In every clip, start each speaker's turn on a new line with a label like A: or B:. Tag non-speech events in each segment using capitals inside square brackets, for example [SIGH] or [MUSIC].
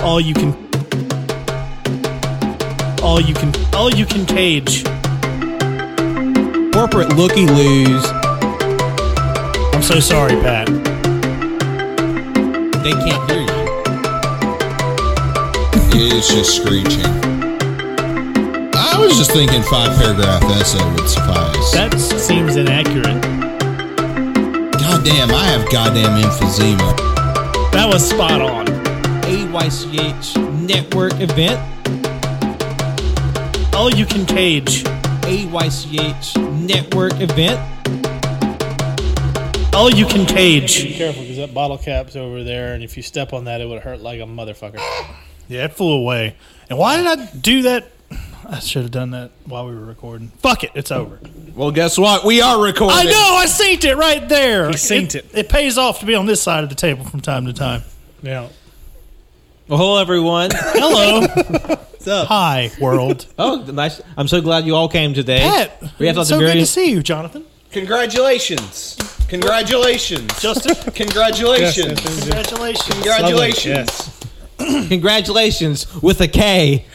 A: all you can all you can all you can cage
B: Corporate looky loos.
A: i'm so sorry pat
B: They can't hear you.
C: It's just screeching. I was just thinking five paragraph essay would suffice.
A: that seems inaccurate
C: goddamn, I have goddamn emphysema.
A: that was spot on
B: AYCH network event.
A: all you can cage
B: AYCH network event.
A: all you can cage
D: Be careful because that bottle cap's over there, and if you step on that, it would hurt like a motherfucker.
A: yeah it flew away and why did i do that i should have done that while we were recording fuck it it's over
B: Well, guess what? We are recording.
A: i know i synced it right there
D: He synced it.
A: it pays off to be on this side of the table from time to time
D: Now,
E: Well, hello everyone.
A: hello
E: up?
A: hi world
E: Oh, nice! I'm so glad you all came today.
A: pat
E: we have
A: it's
E: something
A: so
E: very
A: good to see you jonathan
F: Congratulations. Congratulations. [LAUGHS]
A: justin
F: Congratulations.
A: congratulations
F: Congratulations.
D: Yes.
E: congratulations with a K.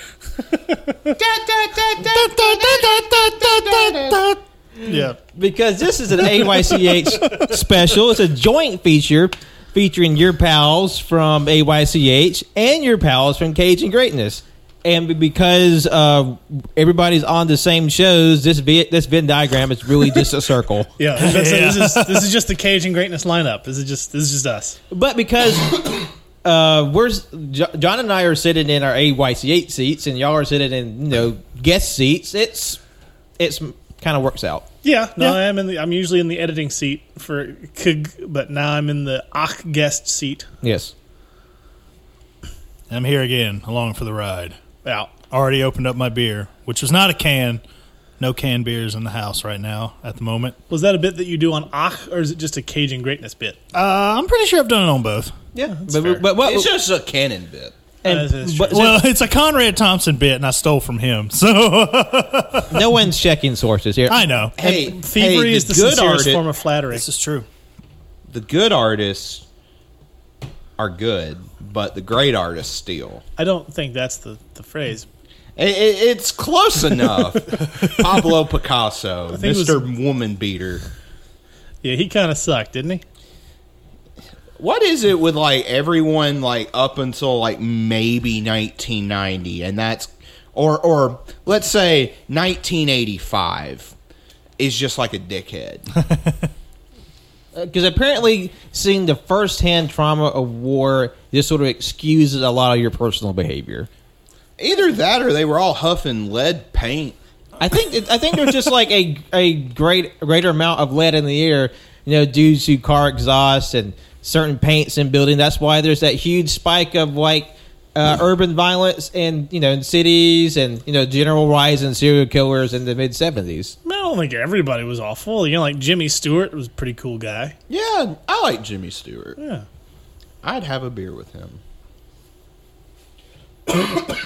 A: yeah
E: because this is an AYCH special. It's a joint feature featuring your pals from AYCH and your pals from Cajun Greatness. And be- because uh, everybody's on the same shows, this vi- this Venn diagram is really just a circle.
D: [LAUGHS] Yeah. that's-
A: Yeah.
D: This, is, this is just the Cajun greatness lineup. This is just this is just us.
E: But because [COUGHS] uh, we're Jo- John and I are sitting in our AYCH seats, and y'all are sitting in you know guest seats, it's it's kind of works out.
D: Yeah. No, I am in the. I'm usually in the editing seat for Kug, but now I'm in the Ach guest seat.
E: Yes.
A: i'm here again along for the ride
D: Out.
A: already opened up my beer, which was not a can. No canned beers in the house right now at the moment.
D: Was that a bit that you do on Ach, or is it just a Cajun greatness bit?
A: Uh, I'm pretty sure I've done it on both.
E: Yeah.
D: fair.
E: But, but what?
F: It's just a canon bit.
E: and-
D: Uh, that's
E: but-
A: Well, [LAUGHS] it's a Conrad Thompson bit, and I stole from him. [LAUGHS] So
E: no one's checking sources here.
A: I know
F: Hey,
D: Thievery
F: hey,
D: is the
F: good
D: sincerest
F: arti-
D: form of flattery.
A: this is true.
F: The good artists are good, but the great artists steal.
D: I don't think that's the, the phrase.
F: I- I- it's close enough. Pablo Picasso,
D: think it was-
F: Mr. Woman Beater.
D: Yeah, he kind of sucked, didn't he?
F: What is it with like everyone like up until like maybe 1990 and that's or or let's say 1985 is just like
A: [LAUGHS]
F: a dickhead.
E: because Uh, apparently seeing the firsthand trauma of war just sort of excuses a lot of your personal behavior.
F: Either that or they were all huffing lead paint.
E: I think it- I think there's just like a a great greater amount of lead in the air, you know, due to car exhaust and certain paints in building. That's why there's that huge spike of like uh, urban violence and you know in cities and you know general rise in serial killers in the mid '70s.
D: I don't think everybody was awful. You know, like Jimmy Stewart was a pretty cool guy.
F: Yeah, I like Jimmy Stewart.
D: Yeah.
F: I'd have a beer with
A: [LAUGHS]
F: him.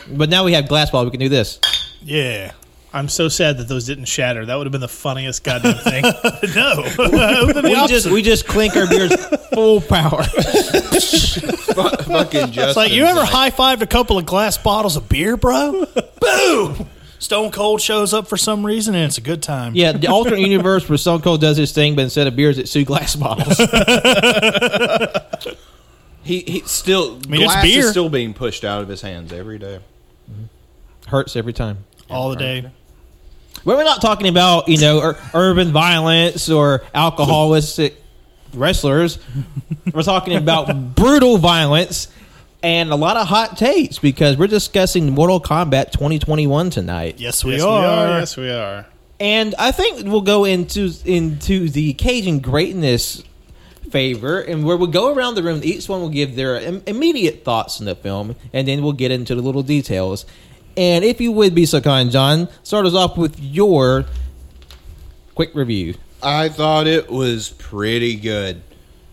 E: But now we have glass ball. We can do this.
A: Yeah.
D: I'm so sad that those didn't shatter. That would have been the funniest goddamn thing. [LAUGHS]
A: No.
E: We just we just clink our beers full power.
F: Fu- fucking just
A: it's [LAUGHS] like you ever high fived a couple of glass bottles of beer, bro?
D: [LAUGHS]
A: Boom. Stone Cold shows up for some reason, and it's a good time.
E: Yeah, the alternate universe where Stone Cold does his thing, but instead of beers, it's two glass bottles.
F: he, he still
A: mean, it's
F: glass
A: beer.
F: is still being pushed out of his hands every day.
E: Hurts every time.
A: all the day.
E: Well, we're not talking about you know ur- urban violence or alcoholistic wrestlers. We're talking about brutal violence and a lot of hot takes because we're discussing Mortal Kombat 2021 tonight.
A: Yes, we
D: yes,
A: are.
D: Yes, we are.
E: And I think we'll go into into the Cajun greatness favor, and where we'll go around the room. Each one will give their im- immediate thoughts on the film, and then we'll get into the little details. And if you would be so kind, John, start us off with your quick review.
F: I thought it was pretty good.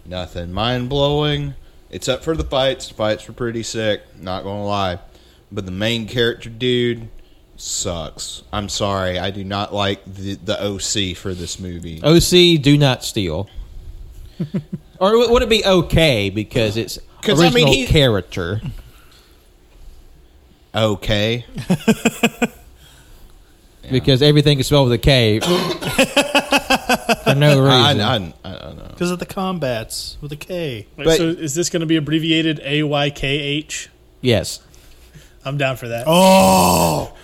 F: Nothing mind blowing, except for the fights. The fights were pretty sick, not gonna lie. But the main character dude sucks. I'm sorry, I do not like the, the OC for this movie.
E: OC, do not steal. [LAUGHS] or w- would it be okay because it's
F: 'Cause, I
E: original
F: mean, he-
E: character?
F: okay.
E: because everything is spelled with a
F: [LAUGHS]
E: K for no
F: I,
E: reason.
F: I, I, I don't know.
A: Because of the combats with a K.
D: Wait,
F: But-
D: so is this going to be abbreviated AYKH?
E: yes,
D: I'm down for that.
A: Oh,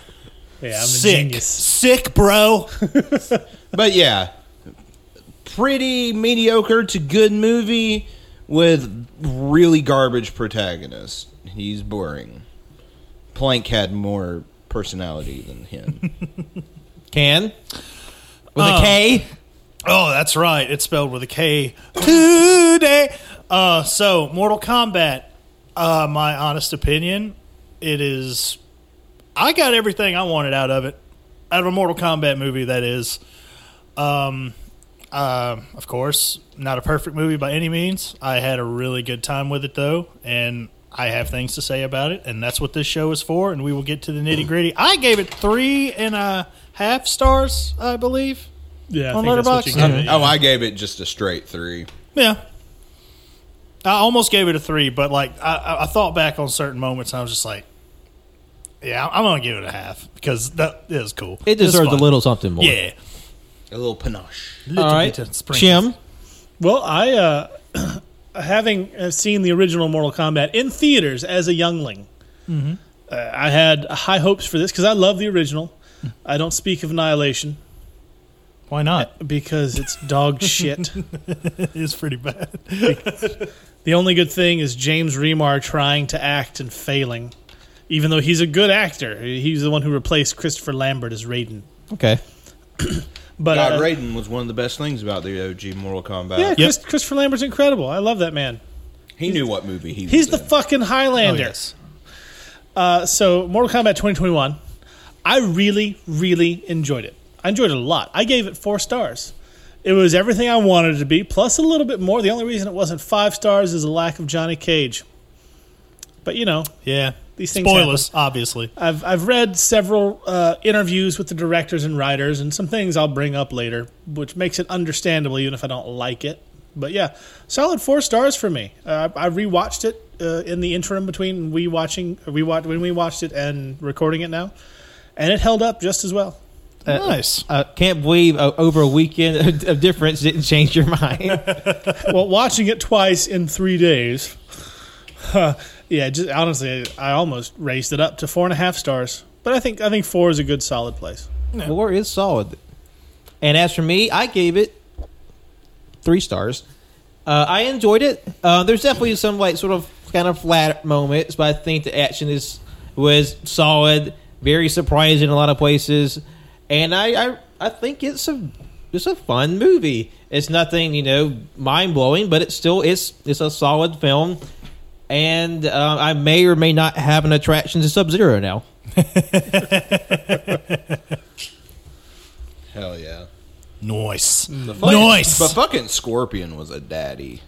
D: yeah, I'm a
A: sick,
D: genius.
A: sick, bro.
F: But yeah, pretty mediocre to good movie with really garbage protagonist. He's boring. Plank had more personality than him.
E: can with
F: Um,
E: a K.
A: Oh, that's right. It's spelled with a K today. Uh, so, Mortal Kombat. Uh, my honest opinion, it is. I got everything I wanted out of it, out of a Mortal Kombat movie. That is, um, uh, of course, not a perfect movie by any means. I had a really good time with it though, and I have things to say about it, and that's what this show is for. And we will get to the nitty
D: [CLEARS THROAT]
A: gritty. I gave it three and a half stars, I believe.
D: Yeah, I
A: On
D: think that's what
A: Letterboxd?
D: you get. it.
F: oh, I gave it just a straight three.
A: Yeah. I almost gave it a three, but like I- I, I thought back on certain moments, and I was just like, "Yeah, I'm gonna give it a half because that is cool.
E: It
A: It's
E: deserves a
A: fun.
E: little something more.
A: Yeah,
F: A little panache.
A: little
E: All right,
A: bit of sprinkles.
E: Jim.
D: Well, I uh, [CLEARS THROAT] having uh, seen the original Mortal Kombat in theaters as a youngling,
A: Mm-hmm.
D: uh, I had high hopes for this because I love the original. I don't speak of Annihilation
A: Why not?
D: because it's
A: [LAUGHS]
D: dog shit.
A: It's pretty bad. [LAUGHS]
D: The only good thing is James Remar trying to act and failing, even though he's a good actor. He's the one who replaced Christopher Lambert as Raiden.
E: Okay,
D: But
F: God,
D: uh,
F: Raiden was one of the best things about the OG Mortal Kombat.
D: yeah, Chris, Christopher Lambert's incredible. I love that man.
F: he knew what movie he was
D: He's the
F: in.
D: fucking Highlander.
A: yes.
D: Uh, so Mortal Kombat 2021, I really, really enjoyed it. I enjoyed it a lot. I gave it four stars. It was everything I wanted it to be, plus a little bit more. The only reason it wasn't five stars is the lack of Johnny Cage. But you know,
A: Yeah,
D: These things
A: spoilers, obviously.
D: I've I've read several uh, interviews with the directors and writers, and some things I'll bring up later, which makes it understandable, even if I don't like it. But yeah, solid four stars for me. Uh, I, I rewatched it uh, in the interim between we watching we watched when we watched it and recording it now, and it held up just as well. [LAUGHS]
A: nice.
E: uh, can't believe uh, over a weekend [LAUGHS] of difference didn't change your mind.
D: well, watching it twice in three days, [LAUGHS] yeah, just honestly, I almost raised it up to four and a half stars. But I think I think four is a good solid place.
E: Four is solid. And as for me, I gave it three stars. Uh, I enjoyed it. Uh, there's definitely some like sort of kind of flat moments, but I think the action is was solid, very surprising in a lot of places, and I I, I think it's a it's a fun movie. It's nothing you know mind blowing, but it's still it's it's a solid film. And uh, I may or may not have an attraction to Sub Zero now.
F: hell yeah.
A: Nice,
F: Fucking-
A: nice.
F: But fucking Scorpion was a daddy.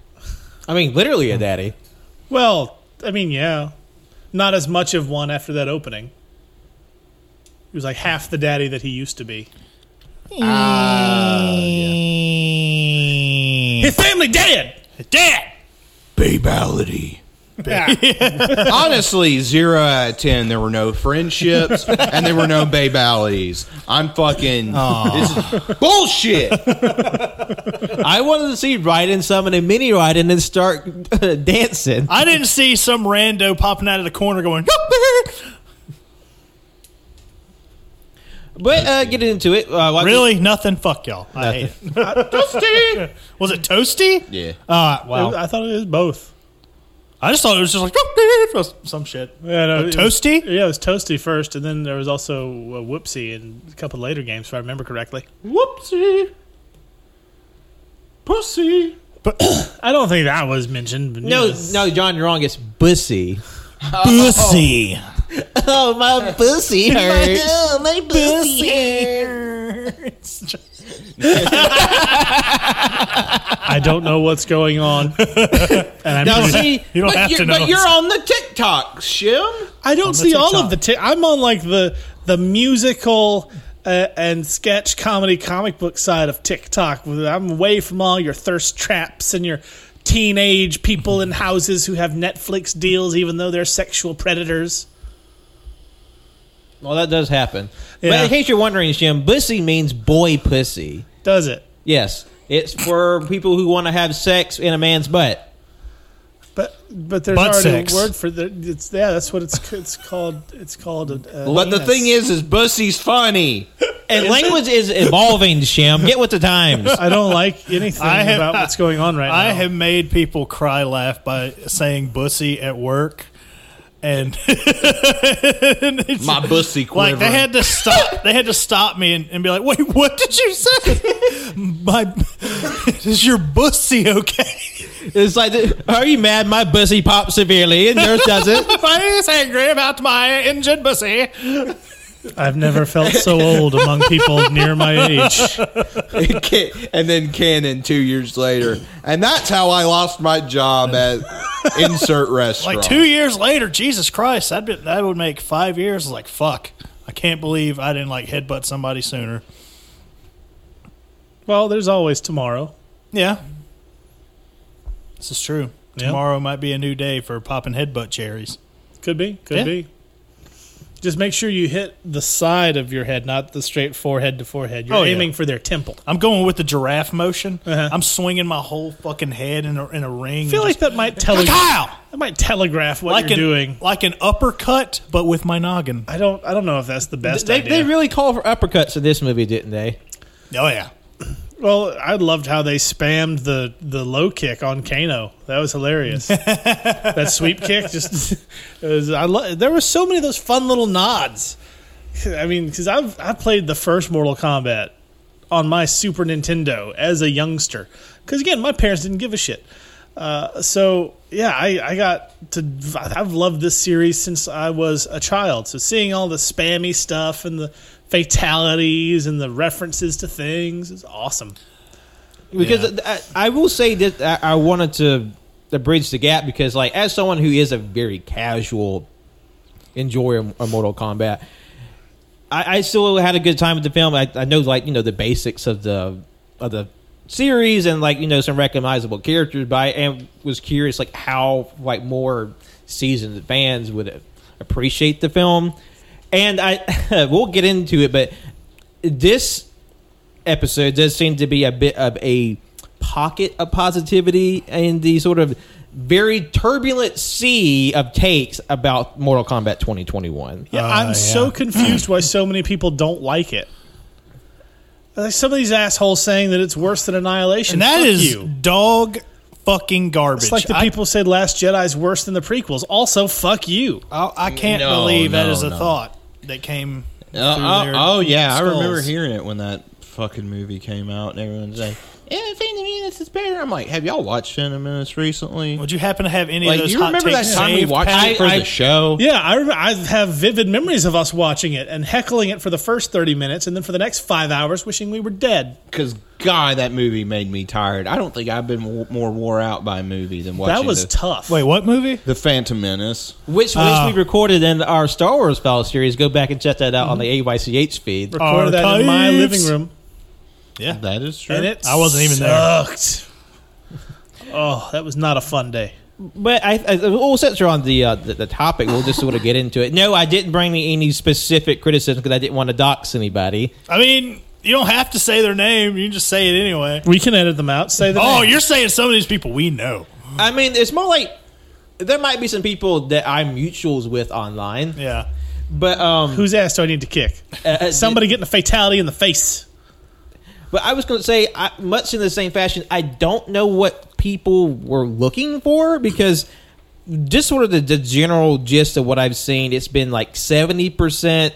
E: I mean, literally a daddy.
D: Well, I mean, yeah. Not as much of one after that opening. He was like half the daddy that he used to be. His family dead!
A: Dad.
D: [LAUGHS]
F: Babality. Honestly, zero out of ten. There were no friendships and there were no babalities. I'm fucking. This is
A: [LAUGHS]
F: bullshit.
E: I wanted to see Raiden summon a mini Raiden and start [LAUGHS] dancing.
A: I didn't see some rando popping out of the corner going.
E: But uh, getting into it, uh, like-
A: Really, nothing. Fuck y'all. I hate it. [LAUGHS] toasty. Was it toasty?
F: Yeah.
A: Uh, wow.
D: I thought it was both.
A: I just thought it was just like [LAUGHS] some shit.
D: Yeah, no,
A: Uh,
D: it was-
A: toasty?
D: yeah, it was Toasty first, and then there was also uh, Whoopsie in a couple later games, if I remember correctly.
A: Whoopsie. Pussy.
D: [COUGHS] I don't think that was mentioned. But
E: No,
D: yes.
E: no, John, you're wrong. It's bussy.
A: Pussy.
E: [LAUGHS] Oh, [LAUGHS] my bussy hurts.
D: I don't know what's
A: [LAUGHS]
D: going on. and I'm
E: Now
D: pretty-
E: see,
A: You don't
E: but,
A: have
E: you're,
A: to know.
E: but you're on the
F: TikTok shim.
D: I don't see all
A: TikTok.
D: of the. T- I'm on like the the musical uh, and sketch comedy comic book side of TikTok. I'm away from all your thirst traps and your teenage people in houses who have Netflix deals, even though they're sexual predators.
E: Well, that does happen. But
D: Yeah.
E: in case you're wondering, Jim, bussy means boy pussy.
D: Does it?
E: Yes, it's for people who want to have sex in a man's butt.
D: But but there's
A: Butt
D: already
A: sex.
D: a word for the, it's yeah that's what it's it's called it's called a, a
F: But the
D: penis.
F: thing is, is bussy's funny.
E: And language is evolving, Shim. Get with the times.
D: I don't like
A: [LAUGHS]
D: anything
A: I have-
D: about what's going on right
A: I
D: now.
A: have made people cry laugh by saying "bussy" at work, and, [LAUGHS] and it's-
F: My bussy quiver.
A: like they had to stop. They had to stop me and, and be like, "Wait, what did you say? [LAUGHS] My is your bussy okay? [LAUGHS]
E: It's like, are you mad? My bussy pops severely, and yours doesn't. [LAUGHS]
A: My is angry about my engine bussy."
D: I've never
A: [LAUGHS]
D: felt so old among people near my age.
F: [LAUGHS] and then Canon two years later, and that's how I lost my job at insert
A: [LAUGHS]
F: restaurant.
A: Like two years later, Jesus Christ, that'd be, that would make five years. Like fuck, I can't believe I didn't like headbutt somebody sooner.
D: Well, there's always tomorrow.
A: Yeah. This is true.
D: Yeah.
A: Tomorrow might be a new day for popping headbutt cherries.
D: Could be. Could
A: Yeah.
D: be. Just make sure you hit the side of your head, not the straight forehead to forehead. You're
A: Oh, yeah.
D: aiming for their temple.
A: I'm going with the giraffe motion.
D: Uh-huh.
A: I'm swinging my whole fucking head in a, in a ring.
D: I feel like that might tele- [LAUGHS] that
A: Kyle,
D: might telegraph what
A: like
D: you're
A: an
D: doing.
A: like an uppercut, but with my noggin.
D: I don't. I don't know if that's the best
E: They,
D: idea.
E: they really call for uppercuts in this movie, didn't they?
A: Oh yeah,
D: well, I loved how they spammed the the low kick on Kano. That was hilarious. that sweep kick just. It was, I lo- there were so many of those fun little nods. I mean, because I've I played the first Mortal Kombat on my Super Nintendo as a youngster. Because again, my parents didn't give a shit. Uh, so yeah, I, I got to. I've loved this series since I was a child. So seeing all the spammy stuff and the fatalities and the references to things is awesome.
E: because I, I will say that I, I wanted to, to bridge the gap because, like, as someone who is a very casual enjoyer of Mortal Kombat, I, I still had a good time with the film. I, I know, like, you know, the basics of the of the series and like you know some recognizable characters by it, and was curious like how like more seasoned fans would appreciate the film and i [LAUGHS] we'll get into it but this episode does seem to be a bit of a pocket of positivity in the sort of very turbulent sea of takes about Mortal Kombat 2021.
D: Yeah, Uh, I'm so confused why so many people don't like it. Like some of these assholes saying that it's worse than Annihilation.
A: and that
D: Fuck
A: is
D: you.
A: dog fucking garbage.
D: It's like the
A: I-
D: people said Last Jedi's worse than the prequels. Also, fuck you.
A: I, I can't
F: No,
A: believe that
F: no,
A: is a
F: no.
A: thought that came.
F: Uh,
A: through
F: oh,
A: their
F: oh, yeah, I remember
A: skulls.
F: hearing it when that fucking movie came out, and everyone's like, "Yeah, Phantom Menace is better." I'm like, "Have y'all watched Phantom Menace recently?"
A: Would you happen to have any
F: Like,
A: of those?
F: you
A: hot
F: remember that
A: takes
F: time we
A: saved,
F: watched
A: Pat?
F: it for the show?
D: Yeah, I, remember, I have vivid memories of us watching it and heckling it for the first 30 minutes and then for the next five hours wishing we were dead.
F: Because God, that movie made me tired. I don't think I've been w- more wore out by a movie than watching
D: that was
F: the,
D: tough.
A: Wait, what movie?
F: the Phantom Menace.
E: Which, which
F: Uh,
E: we recorded in our Star Wars file series. Go back and check that out on the AYCH feed.
D: recorded that in my
A: Archives.
D: living room
A: Yeah,
F: That is true.
D: and it
A: I wasn't even there.
D: sucked. Oh, that was not a fun day.
E: But I, I, well, since we're on the, uh, the the topic, we'll just sort of get into it. No, I didn't bring me any specific criticism because I didn't want to dox anybody.
A: I mean, you don't have to say their name. You can just say it anyway.
D: We can edit them out. Say that.
A: Oh, you're saying some of these people we know.
E: I mean, it's more like there might be some people that I'm mutuals with online,
A: Yeah.
E: but um,
D: Whose ass do I need to kick?
E: uh,
D: Somebody getting a fatality in the face.
E: But I was going to say, I, much in the same fashion, I don't know what people were looking for because just sort of the, the general gist of what I've seen, it's been like 70%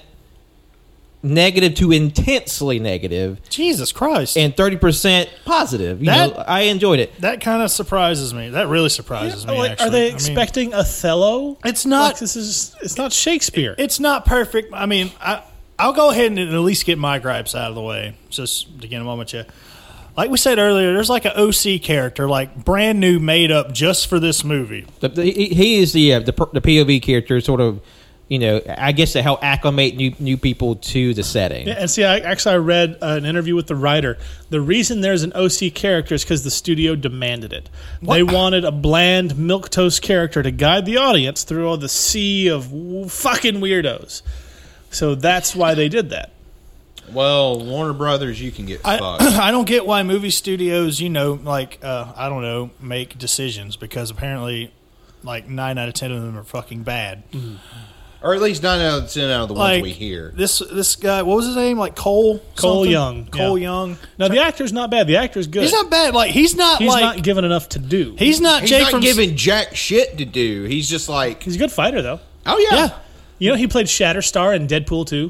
E: negative to intensely negative
A: Jesus Christ.
E: and 30% positive. You
A: That-
E: know, I enjoyed it.
A: that kind of surprises me. That really surprises me.
D: Like,
A: actually.
D: are they
A: I mean,
D: expecting Othello?
A: It's not-
D: Like, this is. It's not Shakespeare.
A: it's not perfect. I mean, I I'll go ahead and at least get my gripes out of the way just to get them on with you. Like we said earlier, there's like an OC character, like brand new, made up just for this movie.
E: The, the, he he is the, uh, the per- the POV character, sort of, you know, I guess to help acclimate new new people to the setting.
D: Yeah, and see, I actually I read uh, an interview with the writer. The reason there's an OC character is because the studio demanded it. They wanted a bland milquetoast character to guide the audience through all the sea of w- fucking weirdos. So that's why they did that.
F: Well, Warner Brothers, you can get fucked.
A: [CLEARS THROAT] I, I don't get why movie studios, you know, like uh, I don't know, make decisions because apparently, like nine out of ten of them are fucking bad.
F: or at least nine out of ten out of the ones
A: Like
F: Mm-hmm. we hear.
A: this this guy, what was his name? Like Cole
D: Cole
A: something?
D: Young,
A: Cole
D: yeah.
A: Young.
D: Now the actor's not bad. The actor's good.
A: He's not bad. Like he's not
D: He's
A: like
D: not given enough to do.
A: he's not
F: He's
A: Jake
F: not
A: from
F: giving jack shit to do. He's just like,
D: He's a good fighter though.
F: oh yeah,
A: yeah.
D: You know he played Shatterstar in Deadpool 2.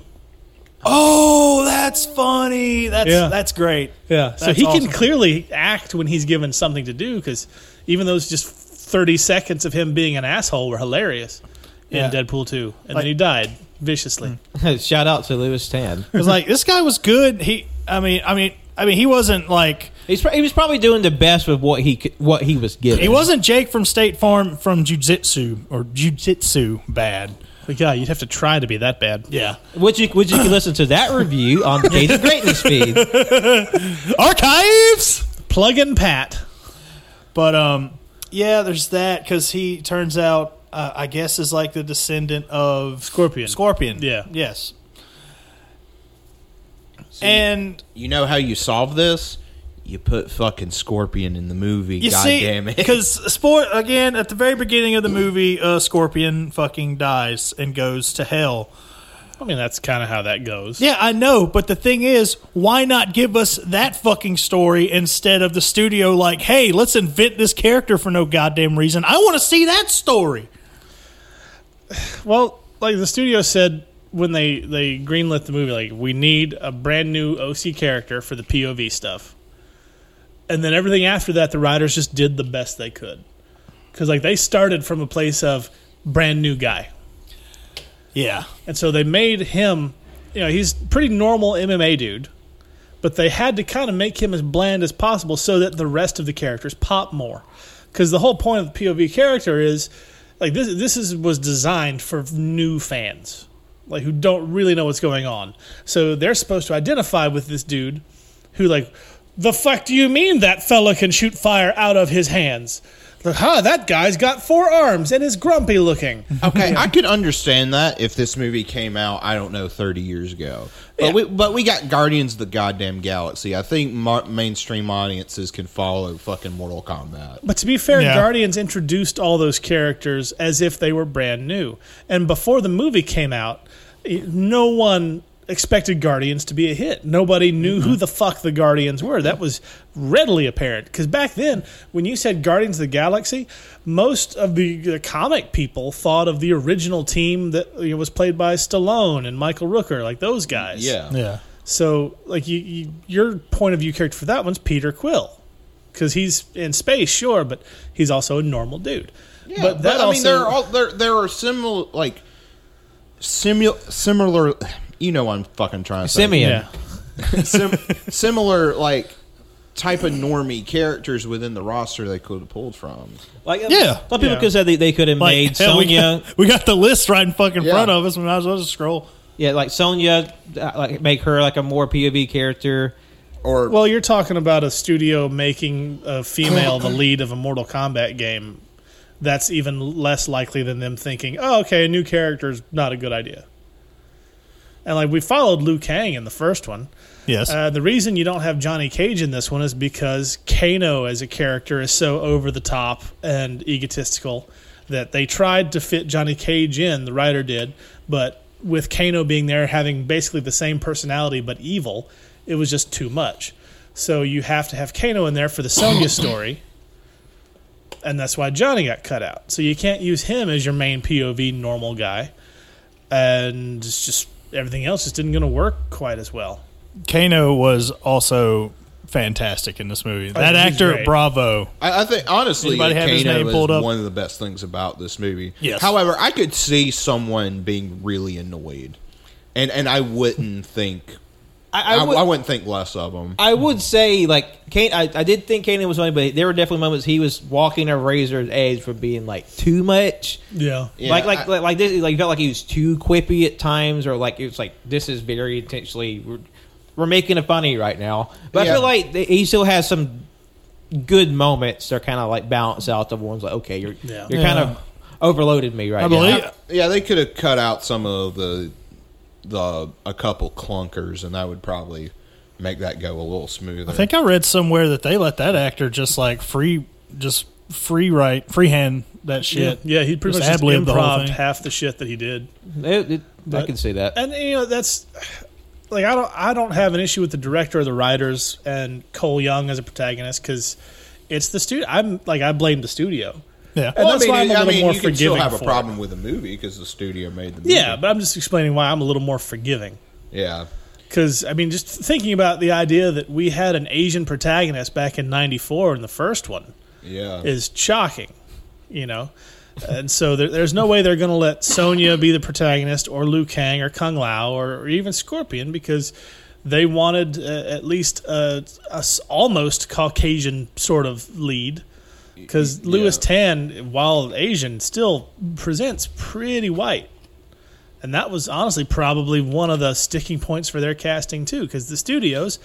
A: Oh, that's funny. That's
D: Yeah.
A: that's great.
D: Yeah, so
A: That's
D: he
A: awesome.
D: can clearly act when he's given something to do because even those just 30 seconds of him being an asshole were hilarious
A: Yeah.
D: in Deadpool 2.
A: Like- Mm.
D: And then he died viciously.
E: [LAUGHS] Shout out to Lewis Tan.
A: It was like this guy was good. He, I mean, I mean, I mean, he wasn't like
E: He's pro- he was probably doing the best with what he could, what he was given.
A: he wasn't Jake from State Farm from Jujitsu or Jujitsu bad.
D: But yeah, you'd have to try to be that bad.
A: Yeah,
E: Would you
A: [COUGHS]
E: would you can listen to that review on the Cage of Greatness feed?
A: [LAUGHS] archives.
D: Plug in Pat.
A: But um, yeah, there's that because he turns out, uh, I guess, is like the descendant of
D: Scorpion.
A: Scorpion.
D: Yeah.
A: Yes. and
F: you know how you solve this? You put fucking Scorpion in the movie.
A: you
F: God
A: see,
F: damn it!
A: because sport again at the very beginning of the movie, uh, Scorpion fucking dies and goes to hell.
D: I mean, that's kind of how that goes.
A: Yeah, I know, but the thing is, why not give us that fucking story instead of the studio like, hey, let's invent this character for no goddamn reason. I want to see that story.
D: Well, like the studio said when they, they greenlit the movie, like, we need a brand new OC character for the POV stuff. And then everything after that, the writers just did the best they could. Because, like, they started from a place of brand new guy.
A: Yeah.
D: And so they made him, you know, he's pretty normal MMA dude, but they had to kind of make him as bland as possible so that the rest of the characters pop more. Because the whole point of the POV character is like this. This is was designed for new fans, like who don't really know what's going on. So they're supposed to identify with this dude, who like, the fuck do you mean that fella can shoot fire out of his hands? Like, huh, that guy's got four arms and is grumpy looking.
F: [LAUGHS] okay, I could understand that if this movie came out, I don't know, thirty years ago. But we but we got Guardians of the goddamn galaxy. I think mar- mainstream audiences can follow fucking Mortal Kombat.
D: But to be fair,
A: Yeah.
D: Guardians introduced all those characters as if they were brand new. And before the movie came out, eh, no one expected Guardians to be a hit. Nobody knew who the fuck the Guardians were. That was readily apparent. Because back then, when you said Guardians of the Galaxy, most of the, the comic people thought of the original team that you know, was played by Stallone and Michael Rooker, like those guys.
F: [LAUGHS] Yeah.
A: Yeah.
D: So, like, you, you your point of view character for that one's Peter Quill, because he's in space, sure, but he's also a normal dude.
F: Yeah,
D: but that
F: I
D: also,
F: mean, there are all, there there are similar like simul similar. You know, what I'm fucking trying to say.
E: Simeon.
D: yeah,
F: [LAUGHS] Sim- similar like type of normie characters within the roster they could have pulled from.
E: Like,
A: Yeah.
E: a lot of people
D: Yeah.
E: could say they, they could have
A: Like,
E: made
A: hell, we
E: Sonya.
A: got, [LAUGHS] we got the list right in fucking
F: Yeah.
A: front of us. We might as well just scroll.
E: [LAUGHS] Yeah, like Sonya, uh, like make her like a more POV character.
F: Or
D: well, you're talking about a studio making a female
F: [CLEARS THROAT]
D: the lead of a Mortal Kombat game. That's even less likely than them thinking, "Oh, okay, a new character's not a good idea." And like we followed Liu Kang in the first one.
A: Yes.
D: Uh, the reason you don't have Johnny Cage in this one is because Kano as a character is so over the top and egotistical that they tried to fit Johnny Cage in, the writer did, but with Kano being there having basically the same personality but evil, it was just too much. So you have to have Kano in there for the Sonya story. And that's why Johnny got cut out. So you can't use him as your main POV normal guy. And it's just everything else just didn't going to work quite as well.
A: Kano was also fantastic in this movie. That
D: Oh, he's
A: actor,
D: great.
A: bravo.
F: I, I think honestly,
A: Anybody have his
F: Kano
A: name
F: is
A: pulled up?
F: one of the best things about this movie.
A: Yes.
F: However, I could see someone being really annoyed, and and I
A: [LAUGHS]
F: wouldn't think
E: I,
F: I,
E: I, would,
F: I
E: I,
F: wouldn't think less of them.
E: would say like Kane. I, I did think Kane was funny, but there were definitely moments he was walking a razor's edge from being like too much.
D: Yeah.
F: Yeah,
E: like like,
F: I-
E: like like this like felt like he was too quippy at times or like it was like this is very intentionally we're, we're making it funny right now but
F: Yeah.
E: i feel like th- he still has some good moments that kind of like balance out the ones like okay you're
D: Yeah.
E: you're kind of overloaded me right
A: I
E: now
A: believe.
F: yeah, they could have cut out some of the the a couple clunkers, and that would probably make that go a little smoother.
A: I think I read somewhere that they let that actor just like free, just free write, freehand that shit.
D: Yeah, he pretty
A: Just
D: much just
A: ad-libbed the whole
D: improv
A: thing.
D: half the shit that he did.
E: It- it- I can see that.
D: and you know that's like I don't I don't have an issue with the director or the writers and Cole Young as a protagonist because it's the studio. I'm like I blame the studio.
A: Yeah.
D: And that's why I'm a
F: I
D: little
F: mean,
D: more
F: you can still
D: forgiving
F: have a
D: for it.
F: problem with the movie because the studio made the movie.
D: Yeah, but I'm just explaining why I'm a little more forgiving.
F: yeah,
D: Because I mean, just thinking about the idea that we had an Asian protagonist back in '94 in the first one
F: yeah.
D: is shocking, you know. And so there, there's no way they're going to let Sonya be the protagonist, or Liu Kang, or Kung Lao, or, or even Scorpion, because they wanted uh, at least a, a s- almost Caucasian sort of lead. Because Louis Tan, while Asian, still presents pretty white. And that was honestly probably one of the sticking points for their casting too, because the studios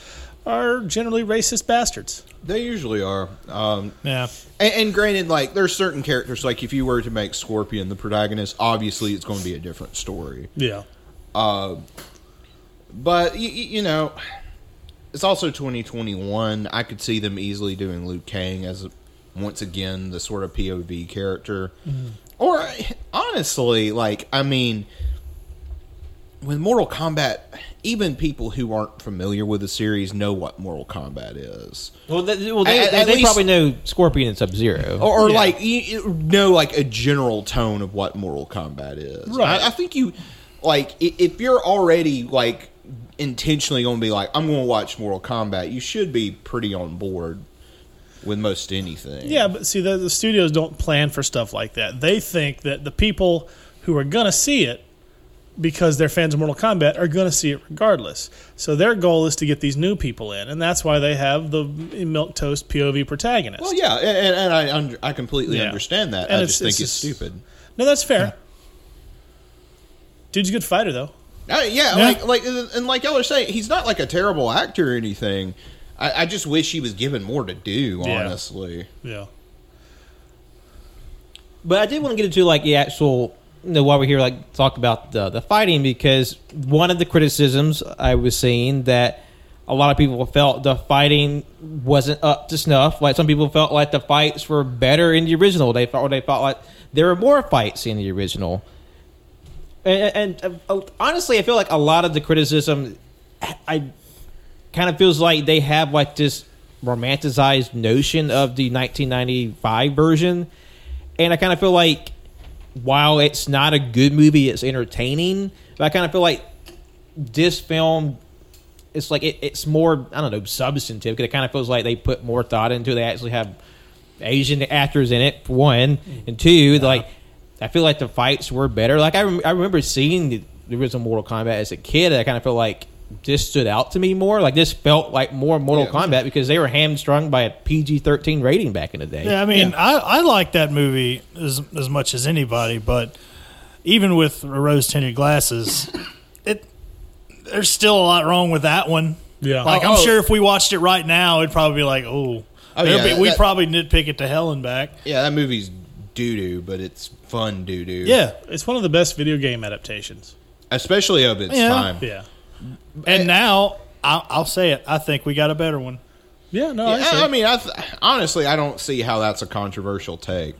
D: are generally racist bastards.
F: they usually are. Um,
A: Yeah.
F: and, and granted, like there's certain characters, like if you were to make Scorpion the protagonist, obviously it's going to be a different story.
D: Yeah.
F: But you, you know, it's also 2021. I could see them easily doing Luke Kang as once again the sort of POV character. Or honestly, like I mean, with Mortal Kombat, even people who aren't familiar with the series know what Mortal Kombat is.
E: Well, they, well, they,
F: At-
E: they-
F: at
E: they
F: least-
E: probably know Scorpion and Sub Zero.
F: or, or like you, you know like a general tone of what Mortal Kombat is.
D: Right.
F: I, I think you like i- if you're already like intentionally going to be like I'm going to watch Mortal Kombat, you should be pretty on board with most anything.
D: Yeah, but see, the, the studios don't plan for stuff like that. They think that the people who are going to see it because they're fans of Mortal Kombat are going to see it regardless. So their goal is to get these new people in, and that's why they have the milk toast POV protagonist.
F: Well, yeah, and, and- and I under, I completely
D: Yeah.
F: understand that.
D: And
F: I
D: it's-
F: just think
D: it's
F: it's,
D: just-
F: stupid.
D: No, that's fair. Dude's a good fighter, though.
F: Uh,
A: Yeah.
F: yeah, like like and like y'all are saying, he's not like a terrible actor or anything. I, I just wish he was given more to do.
D: Yeah.
F: Honestly,
D: Yeah.
E: But I did want to get into like the actual, you know, while we're here, like talk about the the fighting because one of the criticisms I was seeing that a lot of people felt the fighting wasn't up to snuff. Like some people felt like the fights were better in the original. They felt or they felt like there were more fights in the original. And, and uh, honestly, I feel like a lot of the criticism, I kind of feels like they have like this romanticized notion of the 1995 version and i kind of feel like while it's not a good movie it's entertaining but i kind of feel like this film it's like it, it's more i don't know substantive because it kind of feels like they put more thought into it they actually have asian actors in it for one and two like i feel like the fights were better like i, rem- I remember seeing the, the original mortal kombat as a kid and i kind of feel like this stood out to me more like this felt like more mortal kombat because they were hamstrung by a pg-13 rating back in the day
A: Yeah, I mean, I, I like that movie as as much as anybody, but even with rose tinted glasses, it there's still a lot wrong with that one.
D: Yeah.
A: like I'm
F: Oh, oh.
A: sure if we watched it right now, it'd probably be like, oh,
F: Oh,
A: There'd
F: yeah,
A: be- we'd
F: that-
A: probably nitpick it to hell and back.
F: yeah, that movie's doo doo, but it's fun doo doo.
A: Yeah,
D: It's one of the best video game adaptations.
F: especially of its
A: Yeah.
F: time.
D: Yeah.
F: Eh.
A: and now I'll, I'll say it. I think we got a better one.
D: Yeah, no, I,
F: Yeah,
D: see.
F: I, I mean, I th- honestly, I don't see how that's a controversial take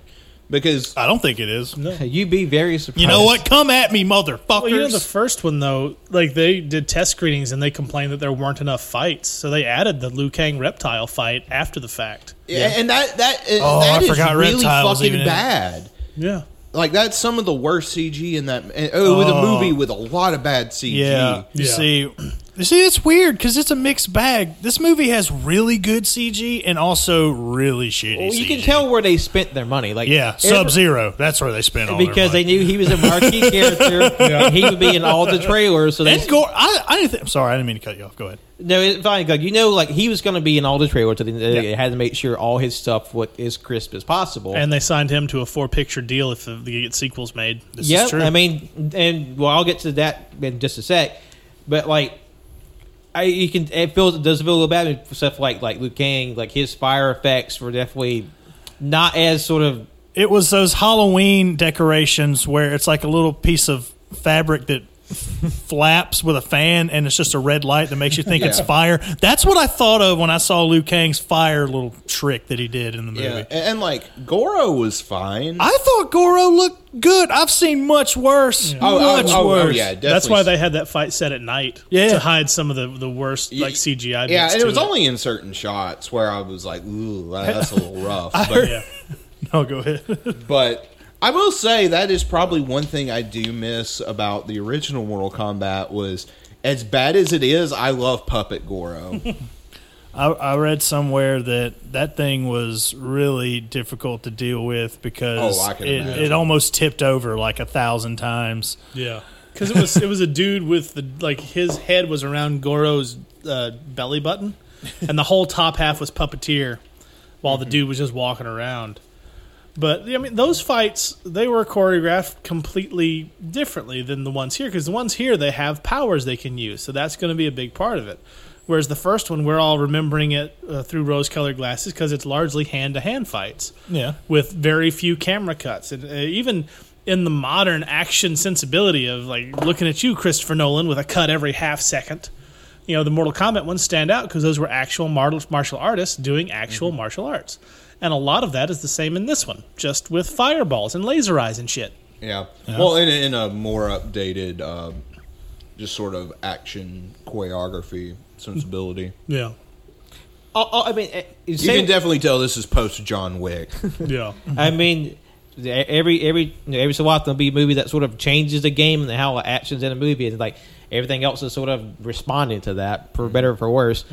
F: because
A: I don't think it is.
E: [LAUGHS] You'd be very surprised.
A: You know what? Come at me, motherfuckers.
D: Well, you know the first one though, like they did test screenings and they complained that there weren't enough fights, so they added the Liu Kang reptile fight after the fact.
F: yeah. and that that is-
A: Oh,
F: that
A: I
F: is
A: forgot
F: really
A: Reptile was even in
F: fucking
A: it.
F: bad.
D: Yeah,
F: Like that's some of the worst CG in that. and- Oh, with a
A: Oh.
F: movie with a lot of bad CG.
A: Yeah, you
D: Yeah.
A: see, you see, it's weird because it's a mixed bag. This movie has really good CG and also really shitty.
E: Well, you
A: CG.
E: can tell where they spent their money. Like
A: Yeah,
E: every-
A: Sub Zero. That's where they spent all their
E: because they
A: money.
E: knew he was a
A: [LAUGHS]
E: marquee character. and he would be in all the trailers. So they
A: And gore, I, I didn't think, I'm sorry, I didn't mean to cut you off. Go ahead.
E: no, it's fine. Like, you know, like he was going to be in all the trailers. So they, they
A: Yeah.
E: had to make sure all his stuff was as crisp as possible.
D: and they signed him to a four-picture deal if the, the sequels made.
A: This
E: yeah,
A: is true.
E: I mean, and well, I'll get to that in just a sec. But like, I you can it feels it does feel a little bad for stuff like like Luke Kang, like his fire effects were definitely not as sort of
A: it was those Halloween decorations where it's like a little piece of fabric that flaps with a fan and it's just a red light that makes you think it's fire. That's what I thought of when I saw Liu Kang's fire little trick that he did in the movie.
F: Yeah, and, and like Goro was fine.
A: I thought Goro looked good. I've seen much worse. [LAUGHS]
F: Oh, oh,
A: much
F: oh, oh,
A: worse.
F: yeah, definitely.
D: That's why they had that fight set at night
A: Yeah.
D: to hide some of the, the worst like CGI.
F: Yeah,
D: bits
F: and it
D: to
F: was only in certain shots where I was like, "Ooh, that's
A: [LAUGHS]
F: a little rough." but,
D: yeah.
A: No, go
F: [LAUGHS]
A: ahead.
F: but I will say that is probably one thing I do miss about the original Mortal Kombat was as bad as it is, I love puppet Goro.
A: I, I read somewhere that that thing was really difficult to deal with because
F: Oh, I can
A: it,
F: imagine.
A: it almost tipped over like a thousand times.
D: Yeah, because it was it was a dude with the like his head was around Goro's uh, belly button, and the whole top half was puppeteer, while the dude was just walking around. But I mean, those fights they were choreographed completely differently than the ones here because the ones here they have powers they can use, so that's going to be a big part of it. Whereas the first one, we're all remembering it uh, through rose-colored glasses because it's largely hand-to-hand fights
A: Yeah.
D: with very few camera cuts and uh, even in the modern action sensibility of like looking at you christopher nolan with a cut every half second you know the mortal kombat ones stand out because those were actual mar- martial artists doing actual martial arts and a lot of that is the same in this one just with fireballs and laser eyes and shit
F: yeah. Well, in, a- in a more updated, uh, just sort of action choreography sensibility,
D: yeah
E: Oh, oh, I mean, eh,
F: you
E: same-
F: can definitely tell this is post John Wick.
D: [LAUGHS] yeah
E: I mean, the- every every you know, every so often there'll be a movie that sort of changes the game and how actions in a movie and like everything else is sort of responding to that for better or for worse.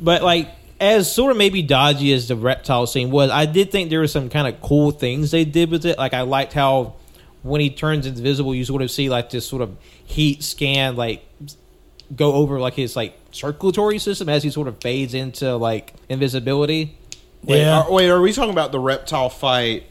E: But like as sort of maybe dodgy as the reptile scene was, I did think there were some kind of cool things they did with it. Like I liked how when he turns invisible, you sort of see like this sort of heat scan like go over like his like circulatory system as he sort of fades into like invisibility.
F: Wait,
A: Yeah.
F: are, wait, are we talking about the reptile fight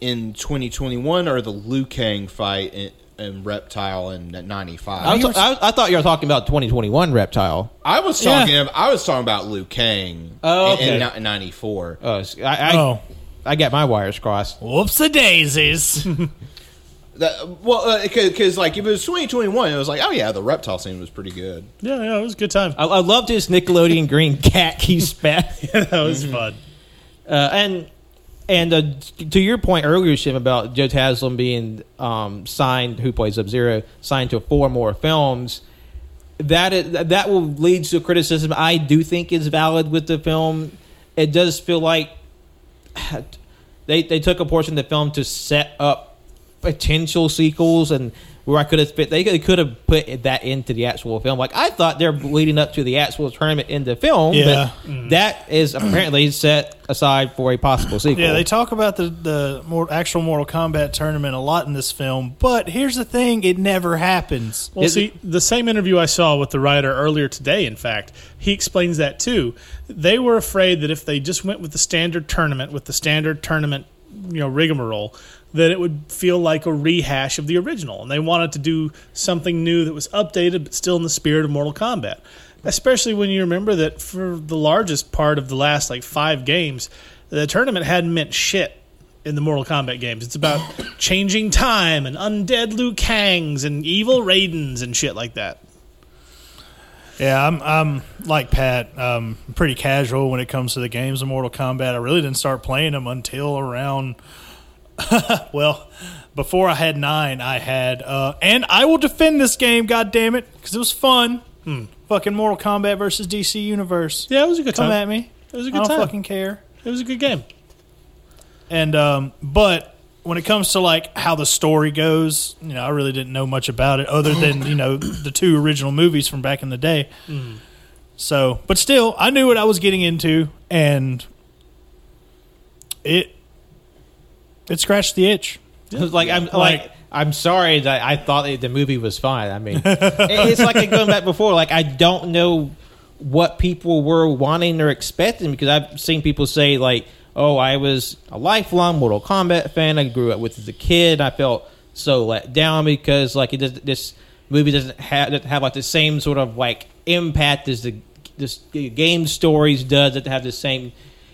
F: in 2021 or the Liu Kang fight in, in reptile in
E: I,
F: 95?
E: was, I, was- I thought you were talking about 2021 reptile.
F: I was
A: Yeah.
F: talking. ab- I was talking about Liu Kang
E: Oh, okay.
F: in, in '94.
E: Oh, s- I, I,
A: Oh.
E: I got my wires crossed.
A: Whoops a daisies.
F: That, well, because like if it was 2021, it was like, oh yeah, the reptile scene was pretty good.
D: yeah yeah it was a good time
E: I, I loved his Nickelodeon green cat he spat.
D: [LAUGHS] that was fun
E: Uh, and and uh, to your point earlier, Shim, about Joe Taslim being um, signed, who plays Sub Zero, signed to four more films. That is, that will lead to criticism I do think is valid with the film. It does feel like [SIGHS] they they took a portion of the film to set up potential sequels and where I could have fit they could have put that into the actual film. Like I thought they're leading up to the actual tournament in the film,
A: Yeah.
E: but that is apparently set aside for a possible sequel.
A: yeah, they talk about the the more, actual Mortal Kombat tournament a lot in this film, but here's the thing: it never happens.
D: Well,
E: Is
D: see, the same interview I saw with the writer earlier today, in fact, he explains that too. They were afraid that if they just went with the standard tournament, with the standard tournament, you know, rigmarole, that it would feel like a rehash of the original. And they wanted to do something new that was updated, but still in the spirit of Mortal Kombat. Especially when you remember that for the largest part of the last like five games, the tournament hadn't meant shit in the Mortal Kombat games. It's about changing time and undead Liu Kangs and evil Raidens and shit like that.
A: Yeah, I'm I'm like Pat. Um, pretty casual when it comes to the games of Mortal Kombat. I really didn't start playing them until around. [LAUGHS] well, before I had nine, I had, uh, and I will defend this game, god damn it, because it was fun. Fucking Mortal Kombat versus DC Universe.
D: Hmm. Yeah, it was a good
A: Come
D: time.
A: at me.
D: It was a
A: I
D: good
A: don't
D: time.
A: fucking care.
D: It was a good game.
A: And um, but when it comes to like how the story goes, you know, I really didn't know much about it other than you
F: [COUGHS]
A: know the two original movies from back in the day.
F: Mm.
A: So, but still, I knew what I was getting into, and it it scratched the itch.
E: [LAUGHS] like I'm
A: Like-
E: like. I'm sorry that I thought that the movie was fine. I [LAUGHS] mean, it- it's like I- going back before. Like I don't know what people were wanting or expecting because I've seen people say like, "Oh, I was a lifelong Mortal Kombat fan. I grew up with it as a kid. I felt so let down because like it does, this movie doesn't have doesn't have like the same sort of like impact as the this game stories does. Doesn't have the same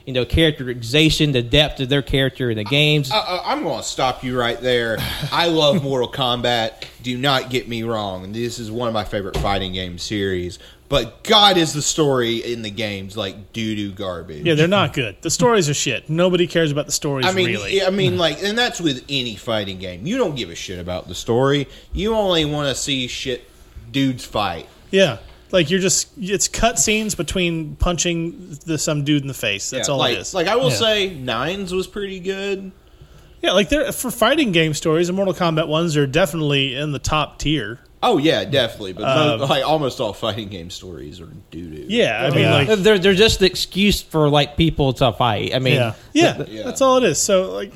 E: you know characterization, the depth of their character in the games.
F: uh, I'm going to stop you right there. I love Mortal Kombat. Do not get me wrong. This is one of my favorite fighting game series. But God is the story in the games like doo doo garbage.
D: Yeah, they're not good. The stories are shit. Nobody cares about the stories
F: I mean,
D: really.
F: yeah, I mean, like, and that's with any fighting game. You don't give a shit about the story. You only want to see shit dudes fight.
D: Yeah. Like you're just it's cutscenes between punching the some dude in the face. That's
F: Yeah,
D: all
F: like,
D: it is.
F: Like I will
D: Yeah.
F: say, Nines was pretty good.
D: Yeah, like they're for fighting game stories, the Mortal Kombat ones are definitely in the top tier.
F: Oh yeah, definitely. But mo- like almost all fighting game stories are doo doo.
D: Um, Yeah, I mean
A: Yeah.
D: like
E: Uh, they're they're just an excuse for like people to fight. I mean,
A: Yeah.
D: [LAUGHS] yeah,
F: Yeah.
D: that's all it is. So like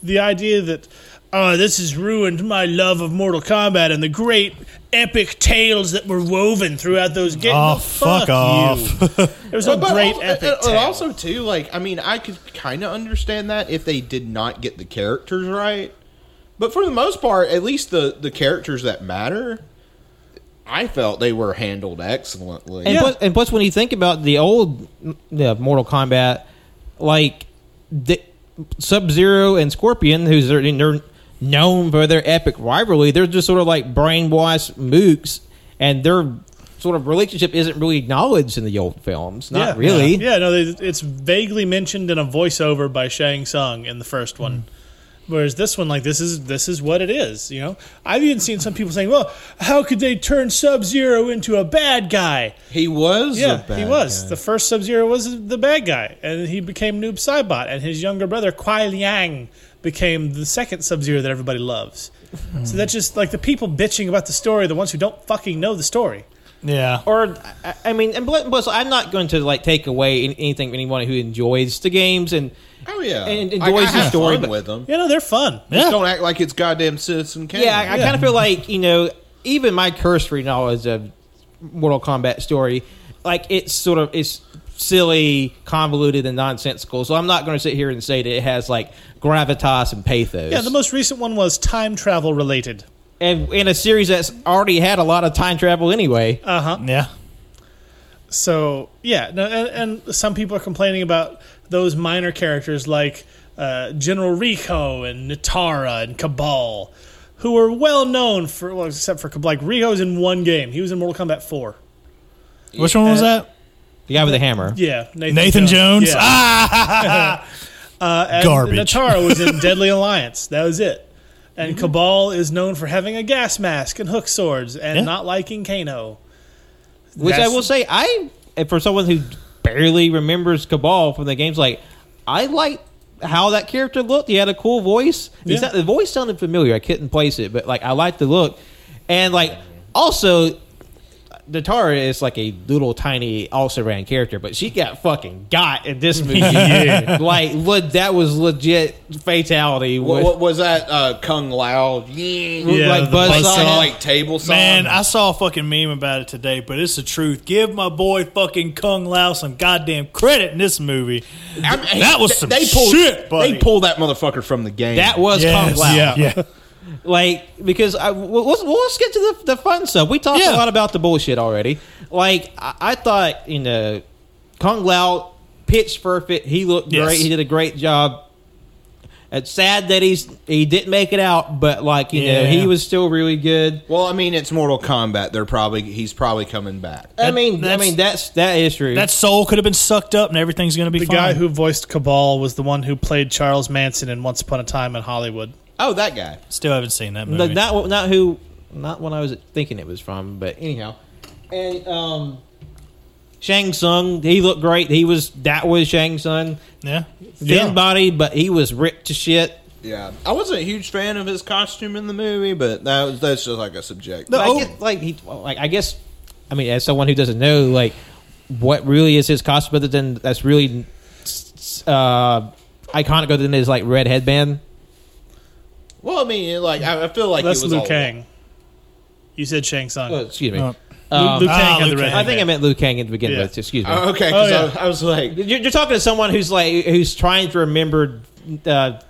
D: the idea that oh, this has ruined my love of Mortal Kombat and the great epic tales that were woven throughout those games.
A: Oh,
D: No,
A: fuck
D: you.
A: off.
D: It was a great
F: also,
D: epic
F: and- and
D: tale.
F: uh, also too, like I mean, I could kind of understand that if they did not get the characters right. But for the most part, at least the the characters that matter, I felt they were handled excellently.
E: And,
D: Yeah.
E: plus, and plus, when you think about the old the Mortal Kombat, like the Sub Zero and Scorpion, who's they're, they're known for their epic rivalry, they're just sort of like brainwashed mooks, and their sort of relationship isn't really acknowledged in the old films.
D: Yeah.
E: Not really.
D: Yeah, no, they, it's vaguely mentioned in a voiceover by Shang Tsung in the first one.
F: Hmm.
D: Whereas this one, like this is this is what it is, you know. I've even seen some people saying, "Well, how could they turn Sub Zero into a bad guy?"
F: he was, a
D: Yeah, he
F: bad
D: was
F: guy.
D: the first Sub Zero was the bad guy, and he became Noob Saibot, and his younger brother Kwai Liang became the second Sub Zero that everybody loves. So
F: Hmm.
D: that's just like the people bitching about the story, are the ones who don't fucking know the story.
A: yeah.
E: Or I- I mean, and plus, plus, I'm not going to like take away an- anything from anyone who enjoys the games and
F: Oh yeah,
E: and
F: Like, I
E: enjoys the
F: had
E: story,
F: fun
E: but-
F: with them.
D: You know, they're fun.
F: Just
A: Yeah.
F: don't act like it's goddamn Citizen Kane.
E: Yeah, I, I kind of feel like you know, even my cursory knowledge of Mortal Kombat story, like it's sort of it's silly, convoluted, and nonsensical. So I'm not going to sit here and say that it has like gravitas and pathos.
D: Yeah, the most recent one was time travel related.
E: and in a series that's already had a lot of time travel anyway.
D: Uh,
A: Yeah.
D: So yeah, no, and, and some people are complaining about those minor characters like uh, General Rico and Natara and Cabal, who were well known for well, except for Cabal. like Rico's in one game. He was in Mortal Kombat Four.
A: Which one was that?
E: the guy with the hammer.
D: Yeah,
A: Nathan Jones.
D: Yeah.
A: Ah, [LAUGHS]
D: Uh, and
A: garbage.
D: Natara
A: [LAUGHS]
D: was in Deadly Alliance. That was it. And
A: Mm-hmm.
D: Cabal is known for having a gas mask and hook swords and
A: Yeah.
D: not liking Kano.
E: Which I
D: That's-
E: will say, I and for someone who barely remembers Cabal from the games, like I like how that character looked. He had a cool voice.
D: Yeah.
E: It's not, the voice sounded familiar. I couldn't place it, but like I liked the look, and like also. Natara is like a little tiny also ran character, but she got fucking got in this movie. Like, look, that was legit fatality.
F: What,
E: with-
F: what was that? Uh, Kung Lao. Yeah.
A: Yeah,
E: like
A: the
E: Buzzsaw.
A: buzzsaw.
F: Like table saw.
A: man, I saw a fucking meme about it today, but it's the truth. Give my boy fucking Kung Lao some goddamn credit in this movie.
F: I mean,
A: That was
F: they-
A: some
F: they pulled,
A: shit, buddy.
F: They pulled that motherfucker from the game.
E: That was
A: Yes,
E: Kung Lao.
A: Yeah. yeah.
E: Like, because I, well, let's, well, let's get to the, the fun stuff. We talked
A: Yeah.
E: a lot about the bullshit already. Like, I, I thought, you know, Kung Lao pitch perfect. He looked
A: Yes.
E: great. He did a great job. It's sad that he's he didn't make it out, but like you know,
A: Yeah.
E: he was still really good.
F: Well, I mean, it's Mortal Kombat. They're probably he's probably coming back.
E: I mean, I
A: that's-
E: mean that's that is
A: [LAUGHS]
E: true.
A: That soul could have been sucked up and everything's going to be
D: The
A: fine.
D: guy who voiced Cabal was the one who played Charles Manson in Once Upon a Time in Hollywood.
F: Oh, that guy.
A: Still haven't seen that
E: No,
A: movie.
E: not what- not who, not what I was thinking it was from. But anyhow, and um, Shang Tsung, he looked great. He was that was Shang Tsung.
A: yeah.
E: thin
D: Yeah.
E: body, but he was ripped to shit.
F: Yeah, I wasn't a huge fan of his costume in the movie, but that was that's just like a subjective.
E: But I guess, like he, well, like I guess, I mean, as someone who doesn't know, like what really is his costume other than that's really uh, iconic other than his like red headband.
F: Well, I mean, like I, I feel like
D: That's
F: it was
D: Liu
F: all-
D: Kang. You said Shang Tsung.
E: Oh, excuse me.
A: Oh.
E: Um,
D: Liu Kang
A: Ah,
D: had
A: Liu
D: the red
A: Kang.
E: I think I
D: headband.
E: meant Liu Kang to begin
D: Yeah.
E: with. Excuse me.
F: Oh, okay, because
D: Oh, yeah.
F: I, I was like,
E: you're, you're talking to someone who's like who's trying to remember uh,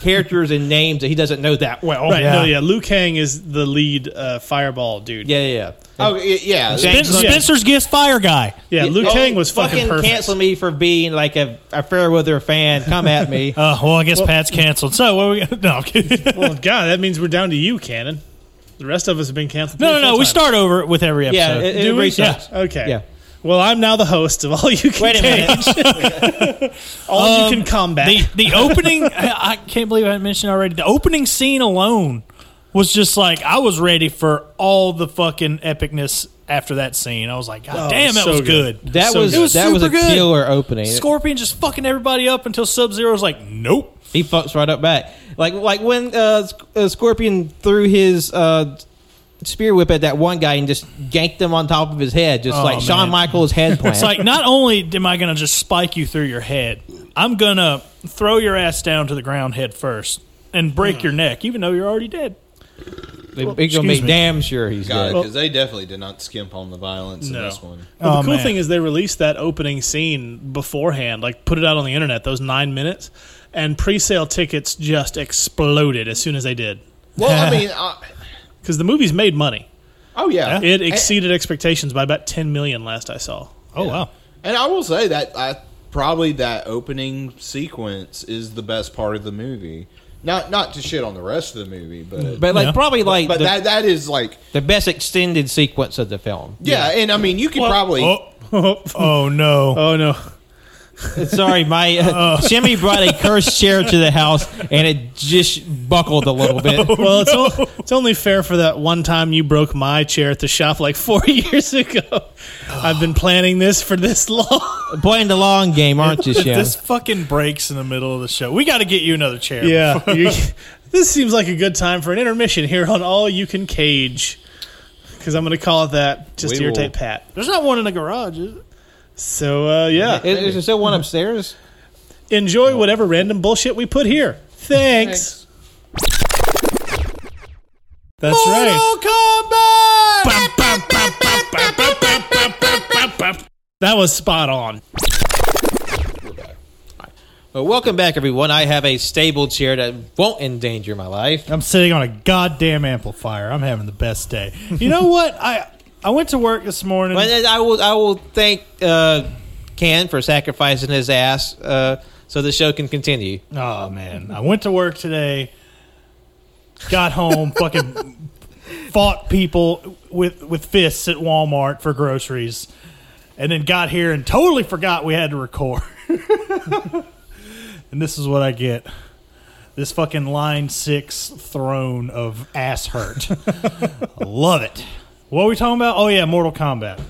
E: characters and names that he doesn't know that well.
D: Right.
A: Yeah.
D: No, yeah. Luke Kang is the lead uh, Fireball dude.
E: Yeah, yeah, yeah.
F: Oh, y- yeah.
A: Ben- Spencer's Gifts Fire Guy.
D: Yeah, Luke
E: Oh,
D: Kang was fucking, perfect.
E: cancel me for being like a, a Fairweather fan. Come at
D: [LAUGHS]
E: me.
A: Uh, well, I guess Pat's canceled. So, what are we [LAUGHS] No, I'm
E: [LAUGHS]
A: kidding.
D: Well, God, that means we're down to you, Cannon. The rest of us have been canceled.
A: no, no,
D: three or
A: no.
D: four
A: We
D: times.
A: start over with every episode.
E: yeah, it, it
D: Do we?
E: restarts.
D: Okay.
E: Yeah.
D: Well, I'm now the host of all you can.
E: Wait a minute. Um,
D: All you can
A: [LAUGHS]
D: combat.
A: the the opening I I can't believe I mentioned already. The opening scene alone was just like I was ready for all the fucking epicness after that scene. I was like, God
D: Oh,
A: damn, that
D: so
A: was
D: good.
A: good.
E: That
D: So
E: was
D: good. It
A: was
E: that was a
A: super good.
E: killer opening.
A: Scorpion just fucking everybody up until Sub Zero's like, nope.
E: He fucks right up back. Like like when uh, Sc- uh, Scorpion threw his uh, spear whip at that one guy and just ganked him on top of his head, just
A: Oh,
E: like
A: man.
E: Shawn Michaels' head plan.
A: It's like not only am I gonna just spike you through your head, I'm gonna throw your ass down to the ground head first and break your neck, even though you're already dead.
E: They- They're gonna
A: excuse
E: make
A: me.
E: damn sure he's
F: God,
E: dead.
F: because they definitely did not skimp on the violence in
D: No.
F: this one.
D: Well, the
A: Oh,
D: cool
A: man.
D: thing is they released that opening scene beforehand, like put it out on the internet, those nine minutes, and pre-sale tickets just exploded as soon as they did [LAUGHS]
F: Well, I mean, uh,
D: because the movie's made money.
F: oh yeah,
D: It exceeded expectations by about ten million last I saw.
A: Oh wow.
F: And I will say that I probably that opening sequence is the best part of the movie. Not not to shit on the rest of the movie, but but,
E: Mm. But like
A: Yeah.
E: probably like the,
F: that that is like
E: the best extended sequence of
A: [LAUGHS]
E: the film.
F: yeah, and I mean you could probably
A: Oh,
D: oh
A: [LAUGHS] oh no.
D: no!
E: Sorry, my uh, [LAUGHS] Jimmy brought a cursed chair to the house and it just buckled a little bit.
A: [LAUGHS]
D: Well, it's, on- it's only fair for that one time you broke my chair at the shop like four [LAUGHS] years ago. I've been planning this for this
E: [LAUGHS]
D: long.
E: Playing the long game, aren't you, Shem?
A: This fucking breaks in the middle of the show. We got to get you another chair. [LAUGHS]
D: yeah, you- this seems like a good time for an intermission here on All You Can Cage. Because I'm going to call it that just
F: We
D: to irritate
F: will.
D: Pat.
A: There's not one in the garage, is it?
D: So, uh, yeah.
E: Is, is there still one upstairs?
D: Enjoy whatever random bullshit we put here. Thanks. That's
A: Oh,
D: right. That was spot on.
E: Well, welcome back, everyone. I have a stable chair that won't endanger my life.
A: I'm sitting on a goddamn amplifier. I'm having the best day. You know what? I I went to work this morning.
E: But then I will, I will thank uh, Ken for sacrificing his ass uh, so the show can continue.
A: Oh man, I went to work today. Got home, fucking fought people with with fists at Walmart for groceries, and then got here and totally forgot we had to record. [LAUGHS] and this is what I get. This fucking line six throne of ass hurt. Love it. What are we talking about? Oh yeah, Mortal Kombat.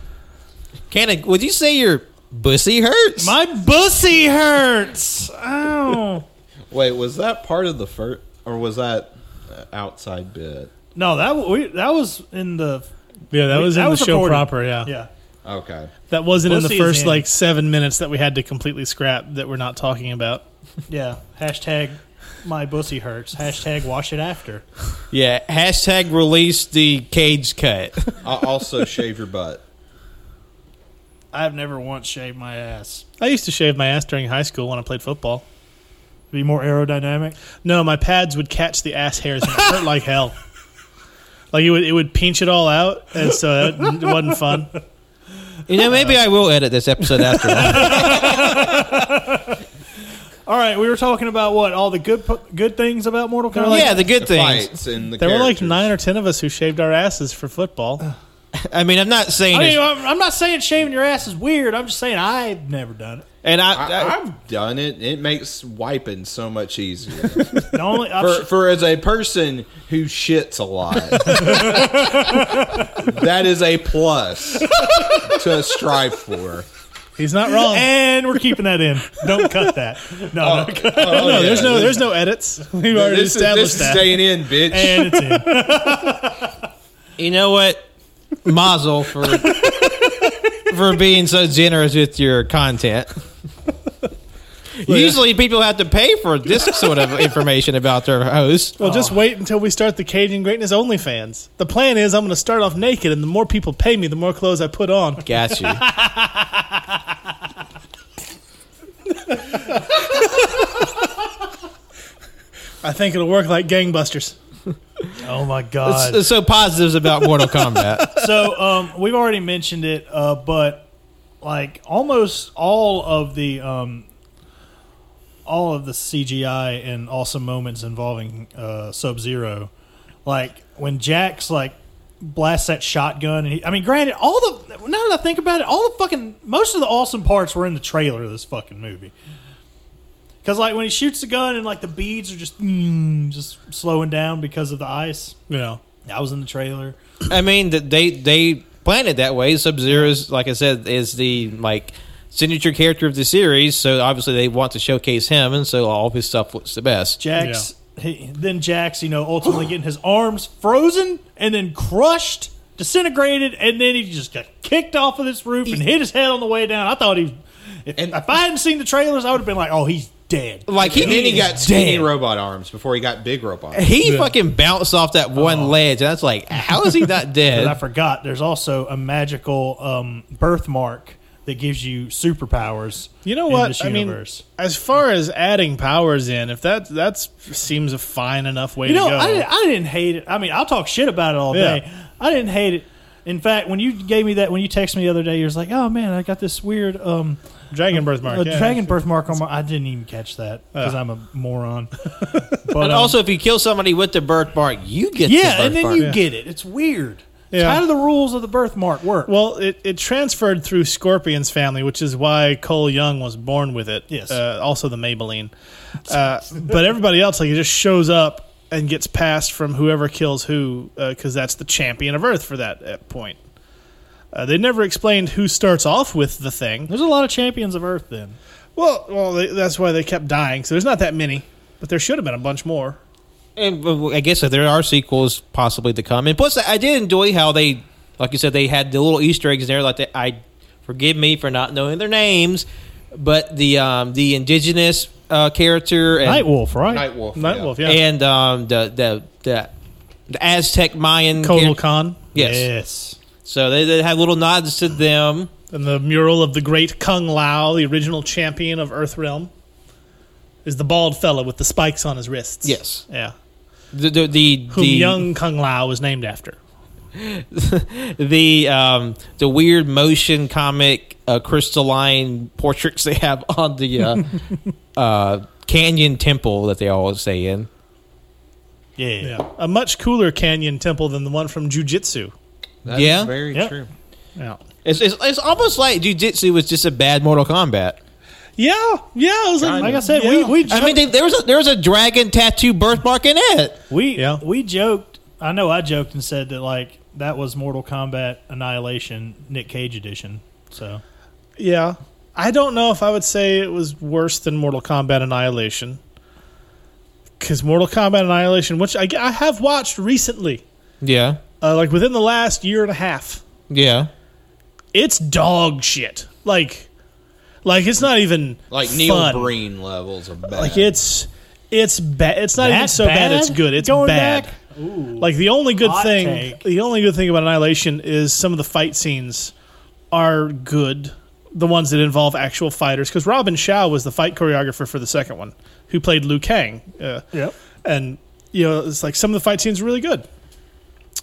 E: Ken, would you say your bussy hurts?
A: My bussy hurts. Ow.
F: wait. Was that part of the first, or was that uh, outside bit?
A: No, that w- we, that was in the
D: Yeah, that
A: Wait,
D: was in
A: that
D: the
A: was
D: show
A: recorded.
D: proper. Yeah.
A: yeah.
F: Okay,
D: That wasn't in
A: Pussy
D: the
A: is
D: first
A: in.
D: like seven minutes that we had to completely scrap that we're not talking about.
A: Yeah. Hashtag my bussy hurts. Hashtag wash it after.
E: yeah. Hashtag release the cage cut.
F: I also shave your butt.
A: I've never once shaved my ass.
D: I used to shave my ass during high school when I played football.
A: Be more aerodynamic.
D: No, my pads would catch the ass hairs and it hurt
A: [LAUGHS]
D: like hell. Like it would, it would pinch it all out, and so that, it wasn't fun.
E: You know, maybe I will edit this episode after
A: [LAUGHS]
E: all.
A: All right, we were talking about what all the good pu- good things about Mortal Kombat.
E: yeah, the good
F: The
E: things.
F: fights and the
D: There were like
F: characters.
D: nine or ten of us who shaved our asses for football.
E: I mean, I'm not saying
A: I mean,
E: this,
A: I'm I'm not saying shaving your ass is weird. I'm just saying I've never done it.
E: and I, I-
F: I, I've done it. It makes wiping so much easier.
A: The
F: [LAUGHS]
A: only I've
F: for,
A: sh-
F: for as a person who shits
D: [LAUGHS]
F: a lot, that is a plus to strive for.
D: He's not wrong.
A: and we're keeping that in. Don't cut that.
F: Oh,
A: No, no, cut-
D: [LAUGHS] no, there's no, there's no edits. [LAUGHS] We've [LAUGHS] already
F: This is,
D: established
F: this is
D: that.
F: staying in, bitch.
A: and it's in.
E: you know what? Mazel for for being so generous with your content. Usually, people have to pay for this sort of information about their host.
D: Well, just wait until we start the Cajun Greatness OnlyFans. The plan is I'm going to start off naked, and the more people pay me, the more clothes I put on.
E: Got you.
D: I I think it'll work like gangbusters.
A: Oh my god!
E: So, so positives about Mortal Kombat.
A: so um, we've already mentioned it, uh, but like almost all of the um, all of the CGI and awesome moments involving uh, Sub Zero, like when Jack's like blasts that shotgun, and he, I mean, granted, all the now that I think about it, all the fucking most of the awesome parts were in the trailer of this fucking movie. Cause like when he shoots the gun and like the beads are just mm, just slowing down because of the ice.
D: You know,
A: That was in the trailer.
E: I mean, th- they they planned it that way. Sub Zero's, like I said, is the like signature character of the series, so obviously they want to showcase him, and so all of his stuff looks the best.
A: Jax, he, then Jax, you know, ultimately getting his arms frozen and then crushed, disintegrated, and then he just got kicked off of this roof and hit his head on the way down. I thought he, if, if I hadn't seen the trailers, I would have been like, oh, he's dead.
E: Like he
F: And then he
E: is
F: got skinny
E: dead.
F: robot arms before he got big robot. arms.
E: He fucking bounced off that one ledge, and that's like, how is he [LAUGHS] not
A: And I
E: dead?
A: forgot there's also a magical um, birthmark that gives you superpowers.
D: you know
A: in
D: what?
A: this
D: I mean,
A: universe.
D: as far as adding powers in, if that that seems a fine enough way
A: You know,
D: to go.
A: I, didn't- I didn't hate it. I mean, I'll talk shit about it all
D: Yeah.
A: day. I didn't hate it. In fact, when you gave me that, when you texted me the other day, you was like, "Oh man, I got this weird um,
D: dragon birthmark.
A: a
D: yeah.
A: dragon birthmark on my." I didn't even catch that because I'm a [LAUGHS] moron. But um,
E: And also, if you kill somebody with the birthmark, you get
A: yeah,
E: the
A: and then
E: birthmark.
A: you get it. It's weird. It's
D: Yeah.
A: How do the rules of the birthmark work?
D: Well, it, it transferred through Scorpion's family, which is why Cole Young was born with it.
A: Yes.
D: Uh, also the Maybelline. Uh, but everybody else, like, it just shows up and gets passed from whoever kills who, because that's the champion of Earth for that uh, point. Uh, they never explained who starts off with the thing.
A: there's a lot of champions of Earth. Then
D: Well, well, they, that's why they kept dying. So there's not that many, but there should have been a bunch more.
E: And uh, I guess if there are sequels possibly to come. And plus, I did enjoy how they, like you said, they had the little Easter eggs there. Like they, I, forgive me for not knowing their names, but the um, the indigenous uh, character and
A: Nightwolf, right?
F: Night Wolf. yeah.
D: Nightwolf, yeah.
E: and um, the the the, the Aztec Mayan
D: Kotal
E: character-
D: Khan.
E: Yes.
A: Yes.
E: So they, they had little nods to them.
D: And the mural of the great Kung Lao, the original champion of Earthrealm, is the bald fella with the spikes on his wrists.
E: Yes.
D: Yeah.
E: The the the,
D: Whom
E: the
D: young Kung Lao was named after.
E: the um, the weird motion comic uh, crystalline portraits they have [LAUGHS] on the uh, uh, canyon temple that they always stay in.
A: Yeah.
D: Yeah. A much cooler canyon temple than the one from Jujitsu.
B: That is
E: Yeah.
B: very
A: Yeah.
B: true.
D: Yeah.
E: It's, it's, it's almost like jujitsu was just a bad Mortal Kombat.
D: Yeah. Yeah. I was like,
A: Like I said, we
D: yeah.
A: we
E: I mean, they, there was a, there was a dragon tattoo birthmark in it.
A: We
D: Yeah.
A: we joked. I know I joked and said that like that was Mortal Kombat Annihilation Nick Cage edition. So
D: Yeah. I don't know if I would say it was worse than Mortal Kombat Annihilation. Because Mortal Kombat Annihilation, which I, I have watched recently,
E: Yeah,
D: uh, like within the last year and a half.
E: yeah.
D: it's dog shit. Like, like it's not even
F: Like Neil
D: fun.
F: Breen levels of bad.
D: Like it's it's bad. It's not even
A: That
D: so bad?
A: bad?
D: It's good. It's
A: Going
D: bad.
A: back?
D: Like the only good
A: Hot
D: thing,
A: take.
D: the only good thing about Annihilation is some of the fight scenes are good. The ones that involve actual fighters, because Robin Shaw was the fight choreographer for the second one, who played Liu Kang. Uh,
A: Yep.
D: and you know it's like some of the fight scenes were really good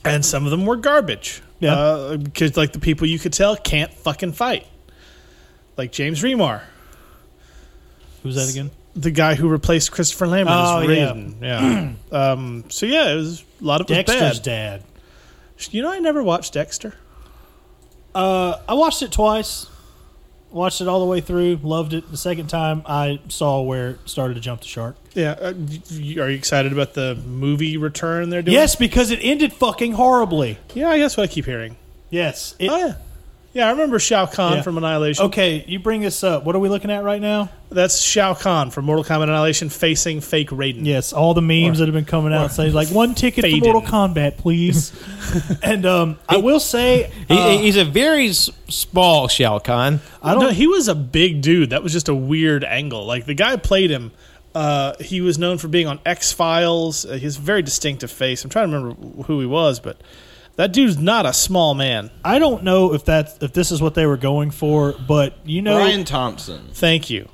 D: and some of them were garbage
A: Yeah.
D: Uh, because like the people you could tell can't fucking fight like james remar
A: who's that again?
D: the guy who replaced christopher lambert
A: Oh,
D: as
A: yeah.
D: Raiden. yeah, [CLEARS THROAT] um, so yeah it was a lot of it was
A: Dexter's
D: bad
A: dad.
D: you know i never watched dexter
A: Uh, I watched it twice. Watched it all the way through. Loved it. The second time I saw where it started to jump the shark.
D: yeah uh, y- y- are you excited about the movie return they're doing
A: Yes, because it ended fucking horribly.
D: yeah i guess what i keep hearing
A: Yes. It,
D: oh yeah yeah i remember shao kahn
A: Yeah. Oh.
D: from annihilation
A: okay, you bring this up. What are we looking at right now?
D: that's shao kahn from mortal kombat annihilation facing fake raiden
A: Yes, all the memes that have been coming out say like one ticket
D: Faden.
A: for Mortal Kombat, please. and um, I will say
E: He,
A: uh,
E: he's a very s- small Shao Kahn.
D: I don't. No, he was a big dude. That was just a weird angle. Like the guy played him. Uh, he was known for being on X Files. Uh, he has a very distinctive face. I'm trying to remember who he was, but that dude's not a small man.
A: I don't know if that's if this is what they were going for, but you know,
F: Brian Thompson.
D: Thank you.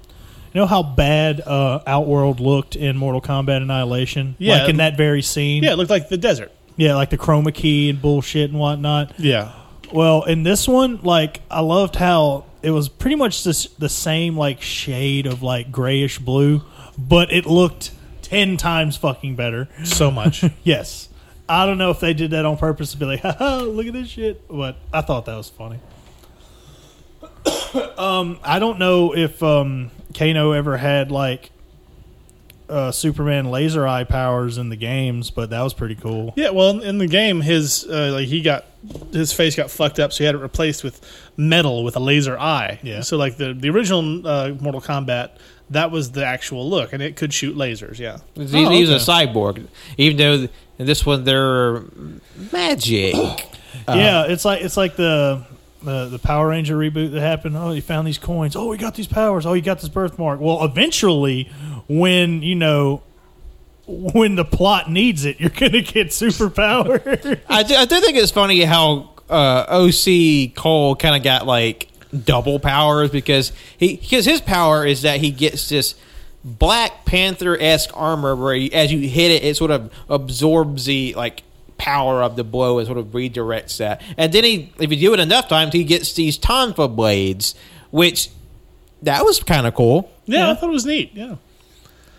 A: You know how bad uh, Outworld looked in Mortal Kombat Annihilation?
D: Yeah.
A: Like in that very scene?
D: Yeah, it looked like the desert.
A: Yeah, like the chroma key and bullshit and whatnot.
D: Yeah.
A: Well, in this one, like I loved how it was pretty much this, the same like shade of like grayish blue, but it looked ten times fucking better.
D: So much.
A: Yes, I don't know if they did that on purpose to be like, [LAUGHS] Haha, look at this shit, but I thought that was funny. [COUGHS] um, I don't know if um Kano ever had like uh Superman laser eye powers in the games, but that was pretty cool.
D: [LAUGHS] Yeah, well, in- in the game, his uh, like he got his face got fucked up, so he had it replaced with metal with a laser eye.
A: Yeah.
D: So like the the original uh, Mortal Kombat, that was the actual look, and it could shoot lasers. Yeah.
E: He's,
B: Oh,
E: he's a cyborg, even though th- in this one they're magic.
A: Yeah, it's like it's like the, the the Power Ranger reboot that happened. Oh, you found these coins. Oh, you got these powers. Oh, you got this birthmark. Well, eventually, when you know. When the plot needs it, [LAUGHS] you're gonna get superpower. [LAUGHS]
E: I do, I do think it's funny how uh, OC Cole kind of got like double powers because he because his power is that he gets this Black Panther esque armor where you, as you hit it, it sort of absorbs the like power of the blow and sort of redirects that. And then he, if you do it enough times, he gets these Tonfa blades, which that was kind of cool.
D: Yeah, I thought it was neat. Yeah.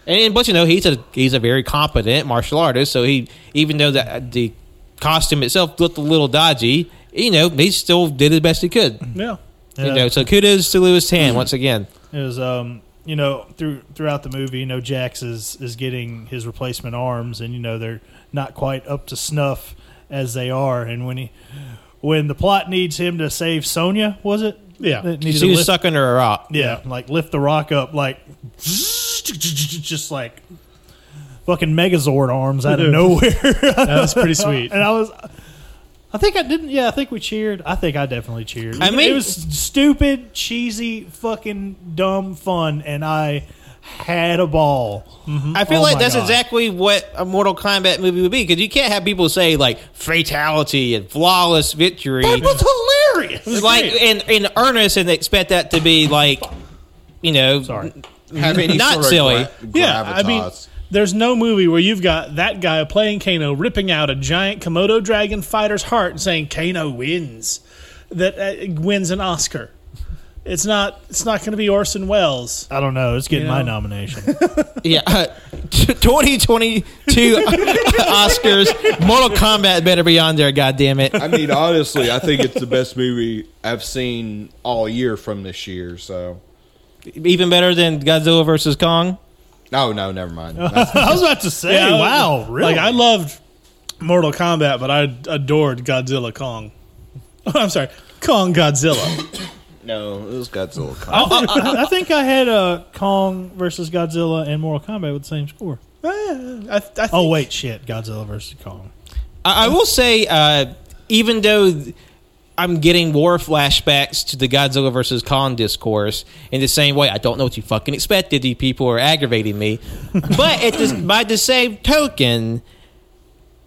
E: And but you know he's a he's a very competent martial artist. So he even though the the costume itself looked a little dodgy, you know he still did his best he could.
D: Yeah.
E: You
A: Yeah.
E: know, so kudos to Lewis Tan once again.
A: It was, um, you know, through throughout the movie, you know, Jax is is getting his replacement arms, and you know they're not quite up to snuff as they are. And when he, when the plot needs him to save Sonya, was it?
D: Yeah.
A: That needed
E: She
A: to
E: was
A: lift-
E: stuck under a rock.
A: yeah, like lift the rock up, like [LAUGHS] just like fucking Megazord arms out of nowhere.
D: That was pretty [LAUGHS] sweet.
A: and I was. I think I didn't. Yeah, I think we cheered. I think I definitely cheered.
E: I mean-
A: it was stupid, cheesy, fucking dumb fun, and I had a ball.
E: Mm-hmm. I feel
A: Oh
E: like
A: my
E: that's
A: God.
E: exactly what a Mortal Kombat movie would be because you can't have people say like fatality and flawless victory.
A: hilarious.
E: like in in earnest and expect that to be like you know
A: Sorry.
F: Have any
E: Not
F: sort
E: silly.
F: Of gra-
D: Yeah, I mean,
F: gravitas.
D: there's no movie where you've got that guy playing Kano ripping out a giant Komodo dragon fighter's heart and saying Kano wins, that uh, wins an Oscar. It's not. It's not going to be Orson Welles.
A: I don't know. It's getting my
D: You know?
A: nomination.
E: [LAUGHS] [LAUGHS] Yeah, [LAUGHS] uh, t- 2022 [LAUGHS] Oscars, Mortal Kombat better be on there. God damn it!
F: I mean, honestly, I think it's the best movie I've seen all year from this year. So,
E: Even better than Godzilla versus Kong.
F: no, no,
D: [LAUGHS]
F: never mind. That's-
A: I was about to say,
D: Yeah, I-
A: wow, really?
D: Like I loved Mortal Kombat, but I adored Godzilla Kong. [LAUGHS] I'm sorry, Kong [LAUGHS] Godzilla.
F: no, it was Godzilla.
A: I think I had uh, Kong versus Godzilla and Mortal Kombat with the same score.
D: Eh, I, I think,
A: Oh wait, shit, Godzilla versus Kong.
E: I, I will say, uh, even though th- I'm getting war flashbacks to the Godzilla versus Kong discourse in the same way, I don't know what you fucking expected. These people are aggravating me, but at this, by the same token.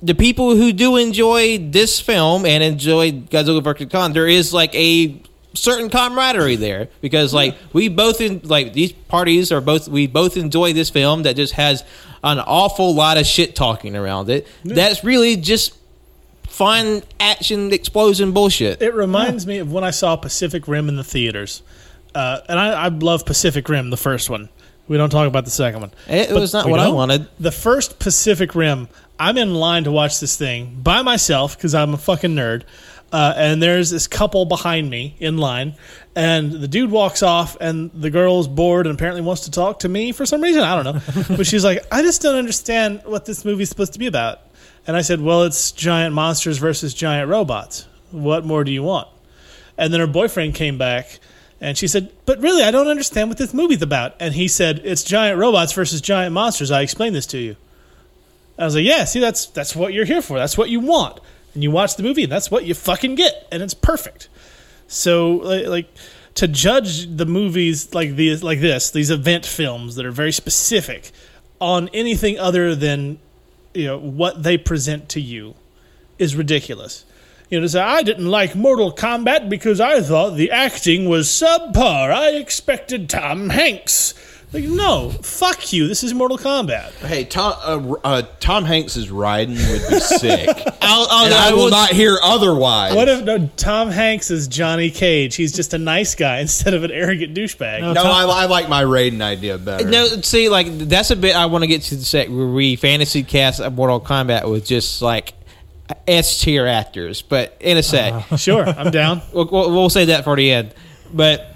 E: The people who do enjoy this film and enjoy Godzilla vs Kong, there is like a certain camaraderie there because like we both in like these parties are both we both enjoy this film that just has an awful lot of shit talking around it. That's really just fun action explosion bullshit.
D: It reminds me of when I saw Pacific Rim in the theaters, uh, and I, I love Pacific Rim, the first one. We don't talk about the second one.
E: It was not
D: we
E: what I
D: don't.
E: wanted.
D: The first Pacific Rim, I'm in line to watch this thing by myself because I'm a fucking nerd. Uh, and there's this couple behind me in line, and the dude walks off, and the girl's bored and apparently wants to talk to me for some reason. I don't know. but she's like, I just don't understand what this movie's supposed to be about. And I said, Well, it's giant monsters versus giant robots. What more do you want? And then her boyfriend came back and she said, But really, I don't understand what this movie's about. And he said, It's giant robots versus giant monsters. I explained this to you. I was like, Yeah, see, that's, that's what you're here for. That's what you want. And you watch the movie, and that's what you fucking get. And it's perfect. So, li- like, to judge the movies like these, like this, these event films that are very specific on anything other than you know what they present to you is ridiculous. You know, to say I didn't like Mortal Kombat because I thought the acting was subpar. I expected Tom Hanks Like, no, fuck you. This is Mortal Kombat.
F: Hey, Tom, uh, uh, Tom Hanks's riding would be sick.
G: I'll, I'll,
F: and I will not hear otherwise.
D: What if no, Tom Hanks is Johnny Cage? He's just a nice guy [LAUGHS] instead of an arrogant douchebag.
F: No, I, I like my raiding idea better. Uh,
E: No, see, like that's a bit I want to get to the sec where we fantasy cast a Mortal Kombat with just like S tier actors, but in a sec,
D: [LAUGHS]
F: Uh-huh.
D: Sure, I'm down.
E: we'll, we'll, we'll say that for the end. But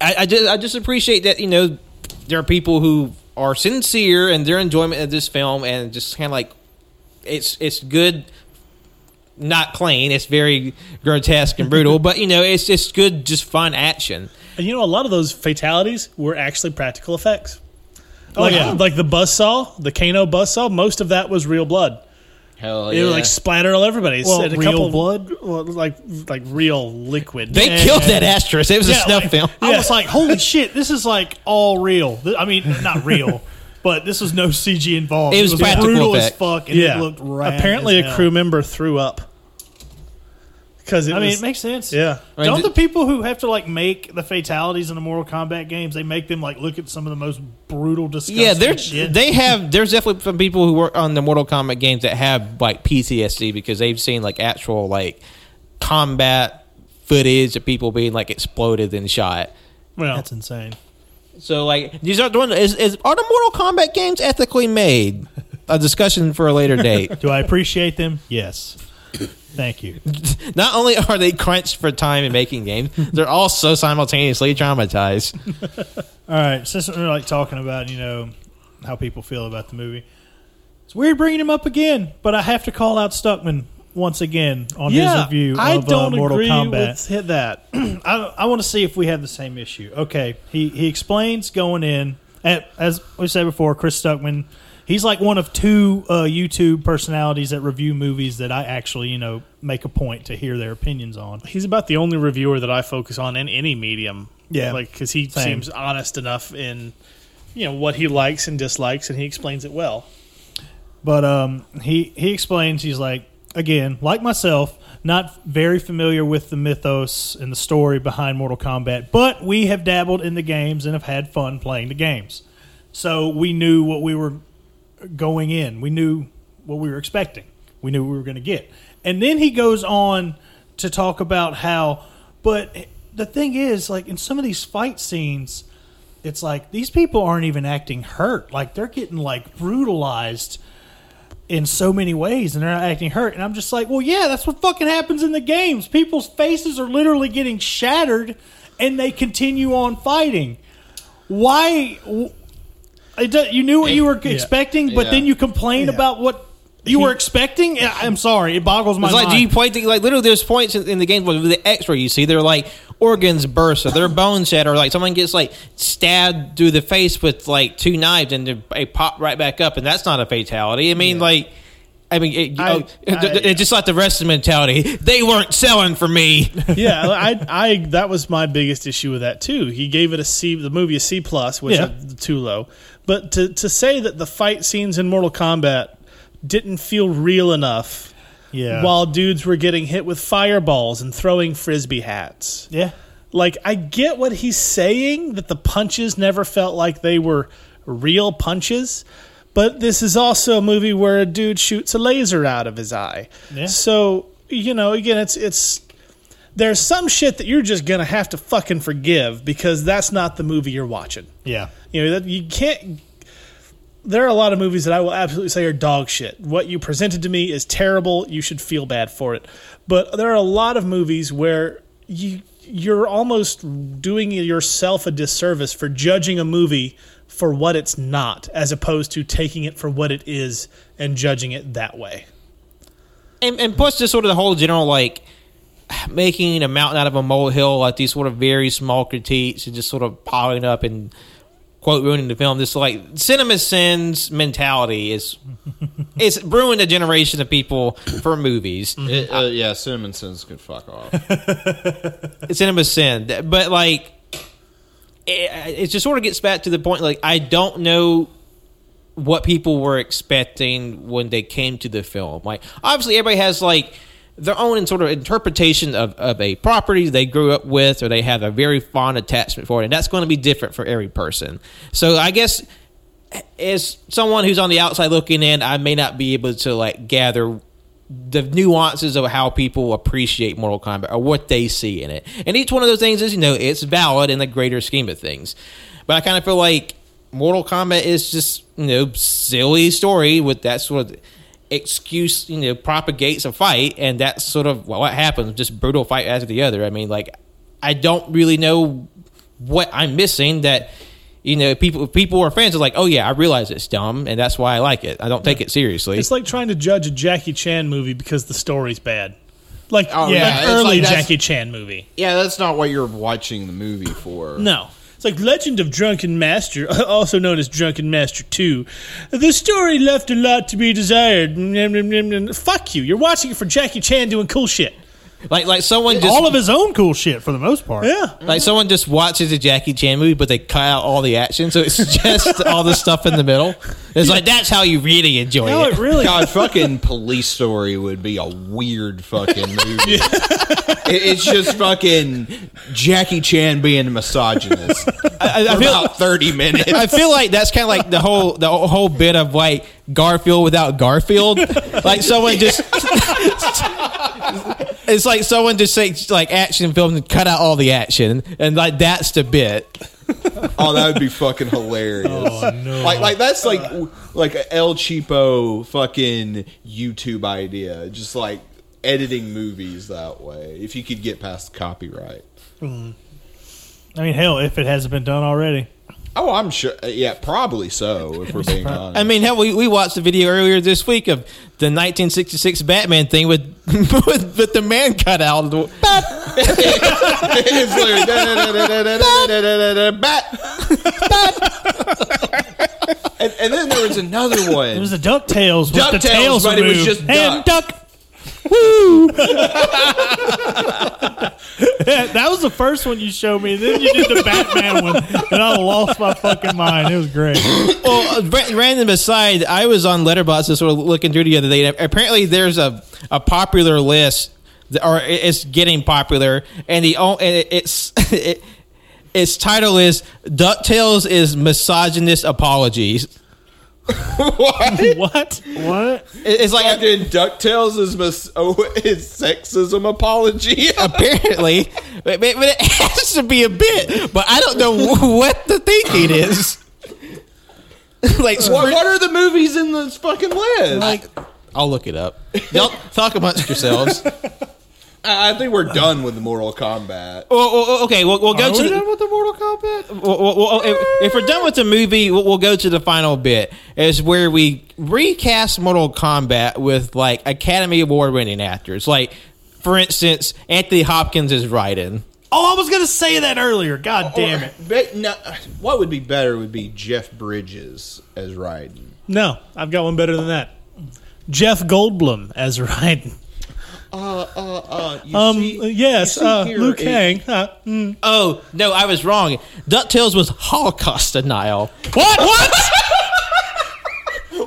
E: I, I just I just appreciate that you know there are people who are sincere in their enjoyment of this film and just kind of like it's it's good. Not plain. It's very grotesque and brutal, but you know, it's just good, just fun action.
D: And you know, a lot of those fatalities were actually practical effects.
H: Oh,
D: like,
H: yeah.
D: like the buzzsaw, the Kano buzzsaw, most of that was real blood.
F: Hell
D: It would like splatter all over everybody.
H: Well,
D: And a
H: real
D: couple-
H: blood?
D: well, like like real liquid.
E: They
H: Yeah,
E: killed
H: yeah.
E: that asterisk. It was a snuff
H: like,
E: film.
H: I was like, holy shit, this is like all real. Th- I mean, not real, [LAUGHS] but this was no CG involved.
E: It was practical
H: brutal
E: effect.
H: as fuck, and
D: yeah,
H: it looked rad
D: apparently
H: as
D: a
H: hell.
D: crew member threw up because it
H: I mean,
D: was-
H: it makes sense.
D: yeah.
E: I mean,
H: Don't
E: th-
H: the people who have to like make the fatalities in the Mortal Kombat games, they make them like look at some of the most brutal, disgusting
E: Yeah, they're,
H: shit?
E: they have. There's definitely some people who work on the Mortal Kombat games that have like PTSD because they've seen like actual like combat footage of people being like exploded and shot.
D: Well,
H: That's insane.
E: So like these are doing is, is are the Mortal Kombat games ethically made? A discussion for a later date.
H: Do I appreciate them? Yes. [COUGHS] Thank you.
E: Not only are they crunched for time in making games, they're also simultaneously traumatized.
H: All right, since we're like talking about you know how people feel about the movie, it's weird bringing him up again, but I have to call out Stuckman once again on his review
D: I
H: of
D: don't
H: uh, Mortal
D: agree
H: Kombat.
D: with hit that.
H: [CLEARS THROAT] I, I want to see if we have the same issue. Okay, he he explains going in at, as we said before, Chris Stuckman. He's like one of two uh, YouTube personalities that review movies that I actually you know make a point to hear their opinions on.
D: He's about the only reviewer that I focus on in any medium.
H: Yeah.
D: like because he
H: Same.
D: seems honest enough in you know what he likes and dislikes, and he explains it well.
H: But um, he he explains he's like again like myself, not very familiar with the mythos and the story behind Mortal Kombat, but we have dabbled in the games and have had fun playing the games, so we knew what we were going in. We knew what we were expecting. We knew what we were going to get. And then he goes on to talk about how, but the thing is, like in some of these fight scenes, it's like these people aren't even acting hurt. Like they're getting like brutalized in so many ways and they're not acting hurt. And I'm just like, well, yeah, that's what fucking happens in the games. People's faces are literally getting shattered and they continue on fighting. Why? w- It does, you knew what you were expecting, but
F: Yeah.
H: then you complain about what you were expecting? I- I'm sorry. It boggles my
E: It's like,
H: mind.
E: do you point to, like literally? There's points in, in the game where the X-ray you see, they're like organs burst or their bones shatter, or like someone gets like stabbed through the face with like two knives and they- they pop right back up, and that's not a fatality. I mean, like, I mean, it,
D: I-
E: oh, it-
D: I-
E: it- just like the rest of the mentality. They weren't selling for me.
D: yeah, I, [LAUGHS] I that was my biggest issue with that too. He gave it a C, the movie a C plus, which
H: Yeah.
D: is too low. But to to say that the fight scenes in Mortal Kombat didn't feel real enough,
H: Yeah.
D: while dudes were getting hit with fireballs and throwing frisbee hats,
H: yeah.
D: like I get what he's saying that the punches never felt like they were real punches, but this is also a movie where a dude shoots a laser out of his eye.
H: Yeah.
D: So, you know, again, it's it's there's some shit that you're just going to have to fucking forgive because that's not the movie you're watching.
H: Yeah.
D: You know, that you can't. There are a lot of movies that I will absolutely say are dog shit. What you presented to me is terrible. You should feel bad for it. But there are a lot of movies where you you're almost doing yourself a disservice for judging a movie for what it's not, as opposed to taking it for what it is and judging it that way.
E: and, and plus just sort of the whole general like making a mountain out of a molehill like these sort of very small critiques and just sort of piling up and quote ruining the film this like cinema sins mentality is [LAUGHS] it's ruined a generation of people for movies
F: It- uh, yeah, cinnamon sins could fuck off. [LAUGHS]
E: cinema sin but like it, it just sort of gets back to the point like i don't know what people were expecting when they came to the film like obviously everybody has like their own sort of interpretation of, of a property they grew up with or they have a very fond attachment for it. And that's going to be different for every person. So I guess as someone who's on the outside looking in, I may not be able to like gather the nuances of how people appreciate Mortal Kombat or what they see in it. And each one of those things is, you know, it's valid in the greater scheme of things. But I kind of feel like Mortal Kombat is just, you know, silly story with that sort of excuse, you know, propagates a fight and that's sort of what happens, just brutal fight after the other. I mean, like I don't really know what I'm missing that you know, people people or fans are like, oh yeah, I realize it's dumb, and that's why I like it. I don't take it seriously.
D: It's like trying to judge a Jackie Chan movie because the story's bad. Like,
F: Oh,
D: like
F: yeah, it's
D: early
F: like that's-
D: Jackie Chan movie.
F: Yeah, that's not what you're watching the movie for.
D: No. It's like Legend of Drunken Master, [LAUGHS] also known as Drunken Master 2. The story left a lot to be desired. Nom, nom, nom, nom. Fuck you. You're watching it for Jackie Chan doing cool shit.
E: like like someone just
A: all of his own cool shit for the most part.
D: Yeah.
E: like someone just watches a Jackie Chan movie, but they cut out all the action, so it's [LAUGHS] just all the stuff in the middle. It's like that's how you really enjoy
A: No,
E: it.
A: it really.
F: God, fucking police story would be a weird fucking movie. It- it's just fucking Jackie Chan being a misogynist.
E: I, I
F: For
E: feel
F: about thirty minutes.
E: I feel like that's kind of like the whole the whole bit of like Garfield without Garfield, like someone just. [LAUGHS] It's like someone just takes like action films and cut out all the action, and like that's the bit.
F: Oh, that would be fucking hilarious. Like, like that's like like a El Cheapo fucking YouTube idea. Just like editing movies that way. If you could get past copyright.
A: I mean, hell, if it hasn't been done already.
F: Oh, I'm sure. Yeah, probably so. If we're being honest. [LAUGHS]
E: I mean, hell, we, we watched a video earlier this week of the 1966 Batman thing with [LAUGHS] with, with the man cut out.
F: It's like, da- da- da- da- da- da- da- da- da- da- da- bat. And, and then there was another one.
A: It was the DuckTales with the
F: DuckTales,
A: tails
F: but it was
A: removed.
F: just
A: and duck. Woo! [LAUGHS] that was the first one you showed me. Then you did the Batman one, and I lost my fucking mind. It was great.
E: well, uh, ra- random aside, I was on Letterboxd just sort of looking through the other day. And apparently, there's a, a popular list, that- or it- it's getting popular, and the o- and it- it's [LAUGHS] it, its title is "Ducktales is misogynist apologies." [LAUGHS]
A: What? What?
E: It- It's like
F: Fucking DuckTales is mis- oh, [LAUGHS] is sexism apology.
E: apparently, but, but- but it has to be a bit. But I don't know wh- what the thinking is. like,
F: what, what are the movies in this fucking list?
E: I'll look it up. Y'all talk amongst yourselves.
F: I, I think we're done with the Mortal Kombat.
E: Well, well, well, okay, we'll, we'll go
F: Are
E: to
F: we
E: the,
F: done with the Mortal Kombat?
E: well, well, well, if, if we're done with the movie, we'll, we'll go to the final bit, is where we recast Mortal Kombat with like Academy Award winning actors, like for instance, Anthony Hopkins is Raiden.
A: Oh, I was gonna say that earlier.
D: Oh,
A: God damn it!
F: But no, what would be better would be Jeff Bridges as Raiden.
D: No, I've got one better than that. Jeff Goldblum as Raiden.
F: Uh, uh, uh. You
D: Um,
F: see-
D: yes,
F: you see
D: uh,
F: here
D: Liu
F: it-
D: Kang. Uh,
E: Oh no, I was wrong. Ducktales was Holocaust denial. What? What?
F: [LAUGHS]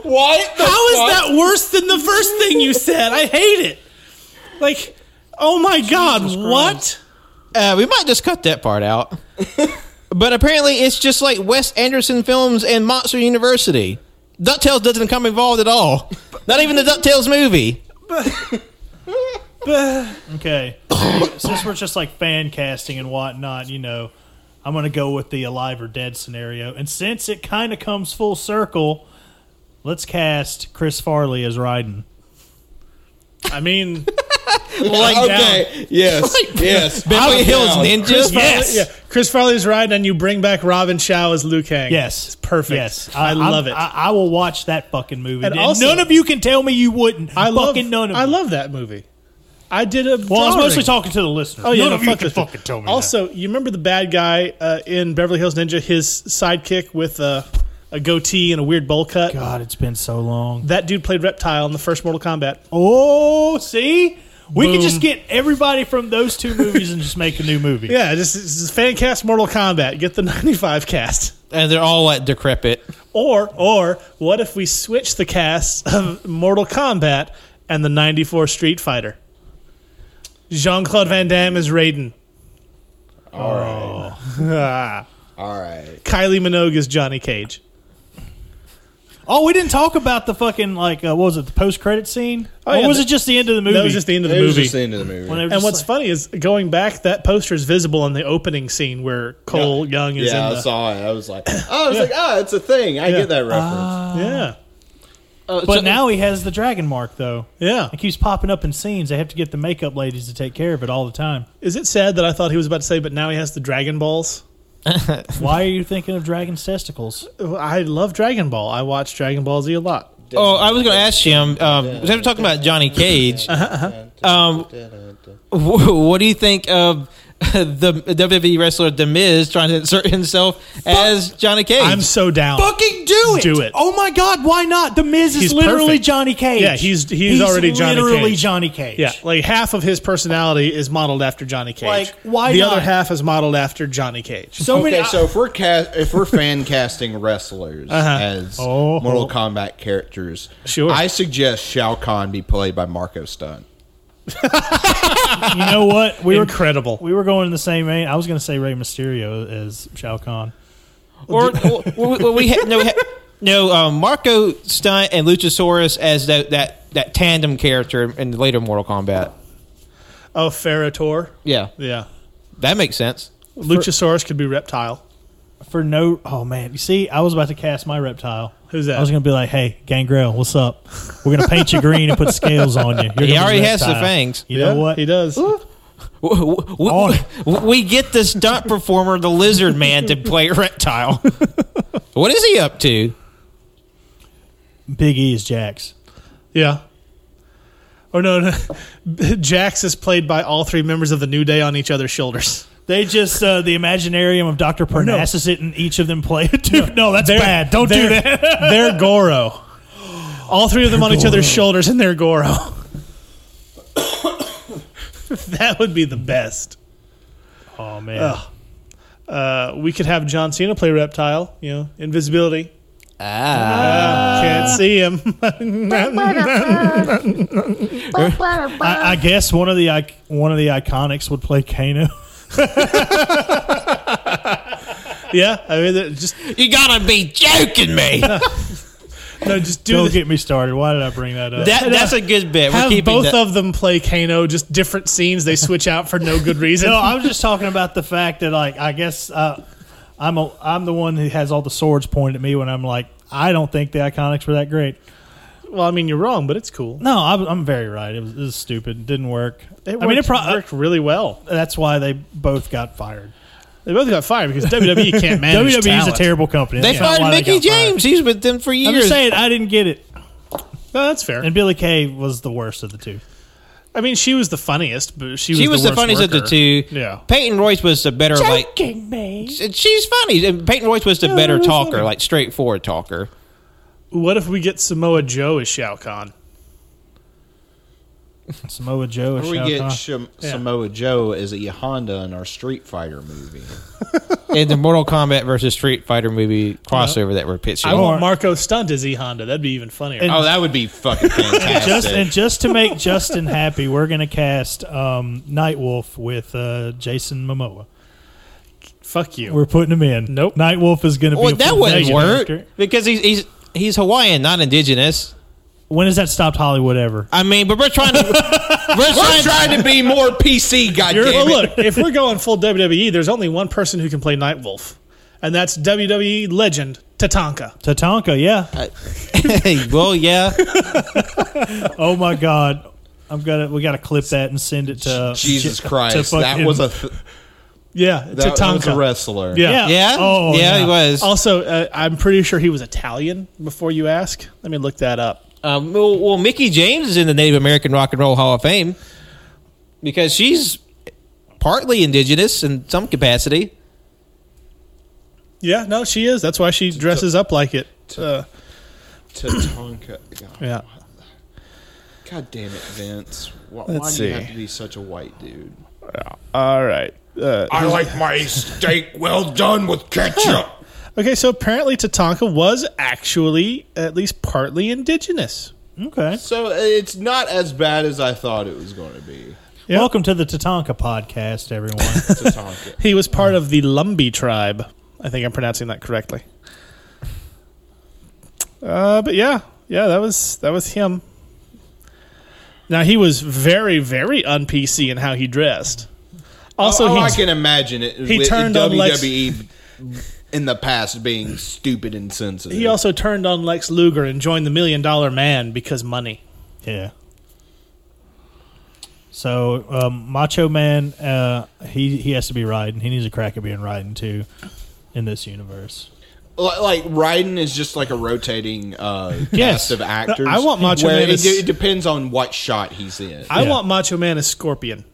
F: What? the
D: How is
F: fuck?
D: that worse than the first thing you said? I hate it. Like, oh my god, what?
E: Uh, we might just cut that part
F: [LAUGHS]
E: out. but apparently, it's just like Wes Anderson films and Monster University. Ducktales doesn't come involved at all. Not even the Ducktales movie.
A: Okay, since we're just like fan casting and whatnot, you know, I'm gonna go with the alive or dead scenario. And since it kind of comes full circle, let's cast Chris Farley as Raiden.
D: I mean,
A: Like
F: okay.
E: [LAUGHS]
F: Yes. yes.
E: Beverly
F: I'm
E: Hills
F: down.
E: Ninjas.
A: Yes.
D: yeah, Chris Farley's ride, and you bring back Robin Shaw as Liu Kang.
A: Yes,
D: it's perfect.
A: Yes,
D: I,
A: I'm-
D: love it.
A: I, I will watch that fucking movie.
D: And
A: And
D: also-
A: none of you can tell me you wouldn't.
D: I love.
A: fucking none of
D: I
A: you.
D: love that movie. I did
A: Well, I
D: a.
A: was
D: drawing.
A: mostly talking to the listeners.
D: Oh yeah,
A: none
D: no,
A: of you
D: fuck
A: can
D: this.
A: fucking tell me.
D: Also, you remember the bad guy uh, in Beverly Hills Ninja? His sidekick with a, a goatee and a weird bowl cut.
A: that. God, it's been so long.
D: That dude played Reptile in the first Mortal Kombat.
A: Oh, see, we
D: Boom.
A: can just get everybody from those two movies and just make a new movie.
D: Yeah, this is fan cast Mortal Kombat. Get the [LAUGHS] 95 cast.
E: And they're all like decrepit.
D: Or or what if we switch the cast of Mortal Kombat and the 94 Street Fighter? Jean Claude Van Damme is Raiden.
F: All right.
D: Kylie Minogue is Johnny Cage.
H: Oh, we didn't talk about the fucking like uh, what was it the post credit scene?
D: Oh,
H: or
D: yeah,
H: was
D: the-
H: it just the end of the movie?
D: That was just the end of the
F: It was
D: movie.
F: just the end of the movie.
H: When they
D: and
H: were just
D: what's
H: like-
D: funny is going back, that poster is visible in the opening scene where Cole Young is
F: yeah,
D: in
F: I
D: the.
F: saw it. I
D: [COUGHS]
F: was like, oh, I was like, oh, it's a thing. I get that reference.
D: Yeah,
E: Uh,
H: But
E: so-
H: now he has the dragon mark though.
D: yeah.
H: It keeps popping up in scenes. They have to get the makeup ladies to take care of it all the time.
D: Is it sad that I thought he was about to say, but now he has the Dragon Balls?
H: Why are you thinking of dragon's testicles?
D: I love Dragon Ball. I watch Dragon Ball Z a lot.
E: Oh, I was going to ask him. Um, since we're talking about Johnny Cage.
H: Uh-huh,
E: Um, wh- what do you think of [LAUGHS] the WWE wrestler The Miz trying to insert himself as Johnny Cage?
D: I'm so down.
H: Fucking do it!
D: Do it.
H: Oh my god, why not? The Miz is
D: He's
H: literally
D: perfect.
H: Johnny Cage.
D: Yeah, he's- he's already Johnny
H: literally
D: Cage.
H: Johnny Cage.
D: Yeah, like half of his personality is modeled after Johnny Cage.
H: Like, why
D: the
H: not?
D: other half is modeled after Johnny Cage.
H: So many.
F: Okay, so if we're cast, if
D: [LAUGHS]
F: we're fan casting wrestlers as
H: Oh.
F: Mortal Kombat characters,
D: Uh-huh. Sure.
F: I suggest Shao Kahn be played by Marco Stunt.
H: you know
E: [LAUGHS]
H: what? We were
D: Incredible.
H: we were going in the same vein. I was going to say Rey Mysterio as Shao Kahn.
E: or, or, or we had no, we had, no um, Marco Stunt and Luchasaurus as that that that tandem character in the later Mortal Kombat.
D: oh, Ferrator.
E: Yeah,
D: Yeah.
E: that makes sense.
D: Luchasaurus could be Reptile.
H: for no. Oh man, you see, I was about to cast my reptile.
D: Who's that?
H: I was gonna be like, "Hey, Gangrel, what's up? We're gonna paint you green and put scales on you." You're
E: He
H: gonna be
E: already
H: a
E: has the
H: reptile."
E: fangs.
H: You
D: yeah,
H: know what?
D: He does.
E: W- w-
H: On
E: w- w- We get the stunt performer, the lizard man, to play
H: [LAUGHS]
E: reptile. what is he up to?
H: Big E is Jax.
D: Yeah. Or no, no. [LAUGHS] Jax is played by all three members of the New Day on each other's shoulders.
H: They just uh, the Imaginarium of Doctor Parnassus it, and each of them play it. Dude, [LAUGHS] no, that's
D: They're-
H: bad. Don't do
D: they're-
H: that. [LAUGHS]
D: They're Goro. All three of them on each other's shoulders, and they're Goro. [LAUGHS] that would be the best.
H: Oh man,
D: Uh, we could have John Cena play Reptile. You know, invisibility. Ah, can't see him. [LAUGHS]
H: I, I guess one of the ic- one of the iconics would play Kano.
D: [LAUGHS] yeah, I mean, they're just
E: You gotta be joking me. [LAUGHS] that,
D: no, just do
H: Don't
D: the,
H: get me started. Why did I bring that up?
E: that's a good bit. We're
D: have
E: keeping
D: both
E: that.
D: of them play Kano. Just different scenes. They switch out for [LAUGHS] no good reason.
H: No, I was just talking about the fact that like I guess uh, I'm a, I'm the one who has all the swords pointed at me when I'm like I don't think the Iconics were that great.
D: well, I mean, you're wrong, but it's cool.
H: No, I'm, I'm very right. It was, it was stupid. It didn't work.
D: It
H: I mean, it
D: worked-
H: pro-
D: worked really well.
H: that's why they both got fired.
D: They both got fired because
H: [LAUGHS]
D: WWE can't manage
H: WWE's
D: talent.
H: E a terrible company.
E: They
H: That's not
E: fired
H: why they
E: Mickey
H: got fired.
E: James. He's with them for
H: I'm
E: years.
H: just saying I didn't get it.
D: No, that's fair.
H: And Billy Kay was the worst of the two.
D: I mean, she was the funniest, but she was
E: she was the,
D: worst
E: funniest of the
D: worker.
E: two.
D: Yeah,
E: Peyton Royce was the better like. She- She's funny. And Peyton Royce was the better talker, like straightforward talker.
D: what if we get Samoa Joe as Shao Kahn?
H: Samoa Joe.
F: Or
H: and
F: we
H: Shao
F: get
H: Kahn.
F: Sham- Samoa Joe as a Honda in our Street Fighter movie.
E: In the Mortal Kombat versus Street Fighter movie crossover that we're pitching.
D: I want Marco Stunt as E Honda. That'd be even funnier.
H: And-
F: Oh, that would be fucking fantastic.
H: just and just to make Justin happy, we're gonna cast um, Nightwolf with uh, Jason Momoa.
D: Fuck you.
H: We're putting him in.
D: Nope.
H: Nightwolf is going to be.
E: well,
H: a
E: Oh, that
H: full
E: wouldn't
H: Asian
E: work
H: character.
E: because he's he's he's Hawaiian, not indigenous.
H: When has that stopped Hollywood ever?
E: I mean, but we're trying to we're,
F: we're
E: trying,
F: trying to be more
D: You're-
F: PC,
D: well,
F: goddamn it.
H: [LAUGHS]
D: look, if we're going full WWE, there's only one person who can play Nightwolf, and that's WWE legend [LAUGHS] Tatanka.
H: Tatanka,
A: oh,
H: yeah.
E: [LAUGHS] well, yeah.
H: Oh my God, I'm gonna. We got to clip that and send it to
F: Jesus
H: to
F: Christ, that
H: fucking-
F: was a th-
D: Yeah,
F: that was a
D: Tatanka.
F: wrestler.
D: Yeah.
H: Yeah.
E: Yeah.
H: Oh
E: yeah, he was.
D: Also, uh, I'm pretty sure he was Italian. Before you ask, let me look that up.
E: Um, well, well, Mickey James is in the Native American Rock and Roll Hall of Fame because she's partly indigenous in some capacity.
D: Yeah, no, she is. That's why she dresses up like it. Uh,
F: Tatanka. God,
D: yeah.
F: God damn it, Vince. Why, why do you have to be such a white dude?
D: All right. Uh,
F: I like my steak well done with ketchup. [LAUGHS]
D: okay, so apparently Tatanka was actually at least partly indigenous.
H: Okay.
F: uh, So it's not as bad as I thought it was going to be.
A: Welcome to the Tatanka podcast, everyone.
F: Tatanka.
D: He was part of the Lumbee tribe. I think I'm pronouncing that correctly. Uh, but yeah, yeah, that was that was him. Now he was very, very un PC in how he dressed. Also,
F: oh,
D: he,
F: I can imagine it.
D: he
F: with
D: turned on Lex-
F: WWE in the past being stupid and sensitive.
D: he also turned on Lex Luger and joined the Million Dollar Man because money.
A: Yeah. So um, Macho Man, uh, he he has to be riding. He needs a crack at being riding too, in this universe.
F: Li- like Raiden is just like a rotating uh,
A: Yes.
F: cast of actors.
D: I want Macho
F: where
D: Man
F: It,
D: as-
F: de- it depends on what shot he's in.
D: I
A: Yeah.
D: want Macho Man as Scorpion,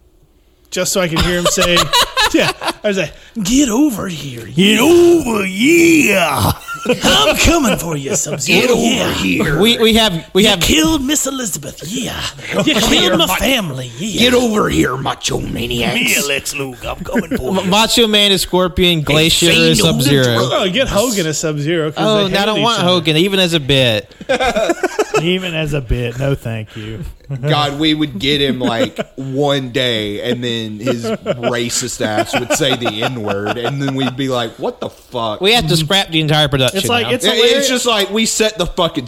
D: just so I can hear him say, [LAUGHS] "Yeah." I was like, "Get over here!
A: Get over, yeah.
D: [LAUGHS] I'm coming for
A: [LAUGHS]
D: you, Sub Zero! Yeah,
F: here.
E: We we have we have
D: killed Miss Elizabeth! Yeah, you killed my family! Yeah."
F: Get over here, macho maniacs.
A: Lex Luke, I'm coming for
E: M- Macho Man is Scorpion, Glacier
F: say
E: is
F: no to
E: Sub Zero.
F: drugs.
D: Oh, get Hogan as Sub Zero.
E: Oh, now I don't want Hogan, even as a bit.
A: Even as a bit, no, thank you.
F: [LAUGHS] God, we would get him like one day, and then his racist ass would say the N word, and then we'd be like, what the fuck?
E: We have to scrap the entire production.
A: It's like
E: now.
A: it's
F: It-
A: hilarious.
F: it's just like we set the fucking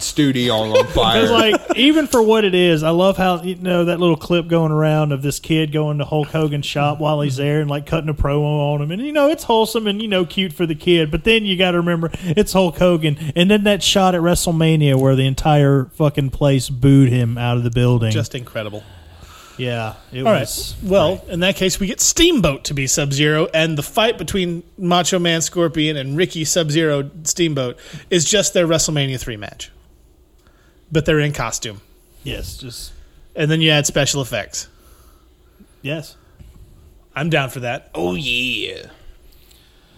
D: [LAUGHS]
F: studio on fire.
A: Because like even for what it is, I love how you know that little clip going around of this kid going to Hulk Hogan's shop while he's there and like cutting a promo on him, and you know it's wholesome and you know cute for the kid. But then you got to remember it's Hulk Hogan, and then that shot at WrestleMania where the entire fucking place booed him out of the building.
D: Just incredible.
A: yeah, it
D: All right.
A: was.
D: Well, in that case, we get Steamboat to be Sub Zero, and the fight between Macho Man Scorpion and Ricky Sub Zero Steamboat is just their WrestleMania 3 match. But they're in costume.
A: Yes, just
D: And then you add special effects.
A: yes.
D: I'm down for that.
F: oh yeah.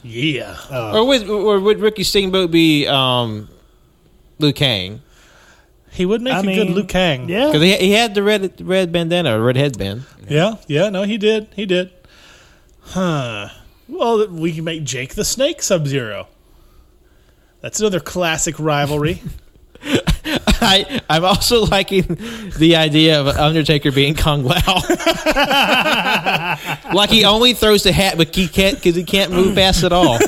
D: Yeah.
E: or would or would Ricky Steamboat be um, Liu Kang?
D: He would make a
A: I mean,
D: good Liu Kang.
A: Yeah,
E: Because he, he had the red red bandana, or red headband.
D: Yeah, yeah, no, he did. He did. Huh. Well, we can make Jake the Snake Sub Zero. That's another classic rivalry.
E: I I'm also liking the idea of Undertaker being Kung
F: [LAUGHS]
E: Lao. like he only throws the hat, but he can't because he can't move fast at all.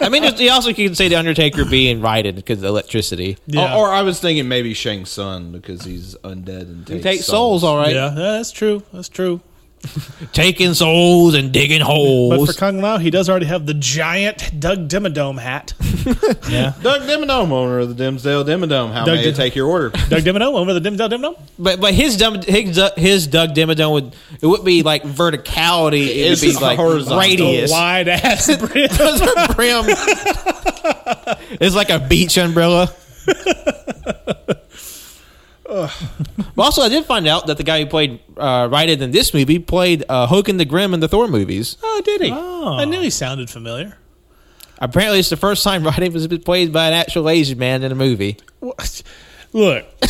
E: I mean, just- you also can say the Undertaker being righted because of electricity.
D: Yeah.
F: Or, or I was thinking maybe Shang Sun because he's undead and takes,
E: Take souls, all right.
D: yeah, yeah, that's true. That's true.
E: Taking souls and digging
D: But
E: holes.
D: for Kung Lao, he does already have the giant Doug Dimmadome hat.
F: Doug Dimmadome, owner of the Dimsdale Dimmadome. How
D: Doug
F: may I
D: Dim-
F: take your
D: [LAUGHS]
F: order?
D: Doug Dimmadome over the Dim Doug Dimmadome?
E: But but his dumb his, his Doug Dimmadome would it would be like verticality. It
F: It's
E: would be
F: just
E: like
F: horizontal.
E: radius.
D: The wide ass brim.
E: The brim. it's like a beach umbrella. but also, I did find out that the guy who played uh, Raiden in this movie played uh, Hogan the Grim in the Thor movies.
D: Oh, did he? I knew he sounded familiar.
E: Apparently, it's the first time [LAUGHS] Raiden was played by an actual Asian man in a movie.
D: What? Look, [LAUGHS]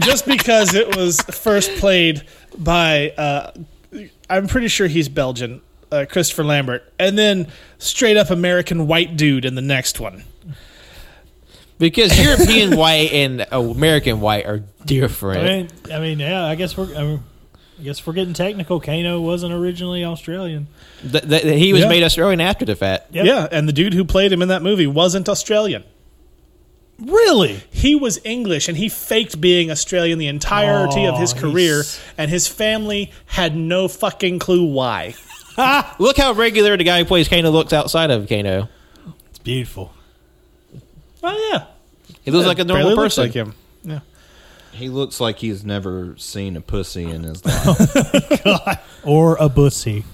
D: just because it was first played by, uh, I'm pretty sure he's Belgian, uh, Christopher Lambert, and then straight up American white dude in the next one.
E: Because
D: [LAUGHS]
E: European white and American white are different.
A: I mean, I mean, yeah. I guess we're. I, mean, I guess we're getting technical. Kano wasn't originally Australian.
E: Th- th- th- he was
D: Yeah.
E: made Australian after the fact.
A: Yep.
D: Yeah, and the dude who played him in that movie wasn't Australian.
A: Really?
D: He was English and he faked being Australian the entirety of his
A: Aw,
D: career,
A: he's-
D: and his family had no fucking clue why.
E: Look how regular the guy who plays Kano looks outside of Kano.
A: It's beautiful.
D: Oh, yeah.
E: He looks like a normal
D: Barely looks
E: person.
D: like him. Yeah.
F: He looks like he's never seen a pussy in his life,
A: Or a bussy.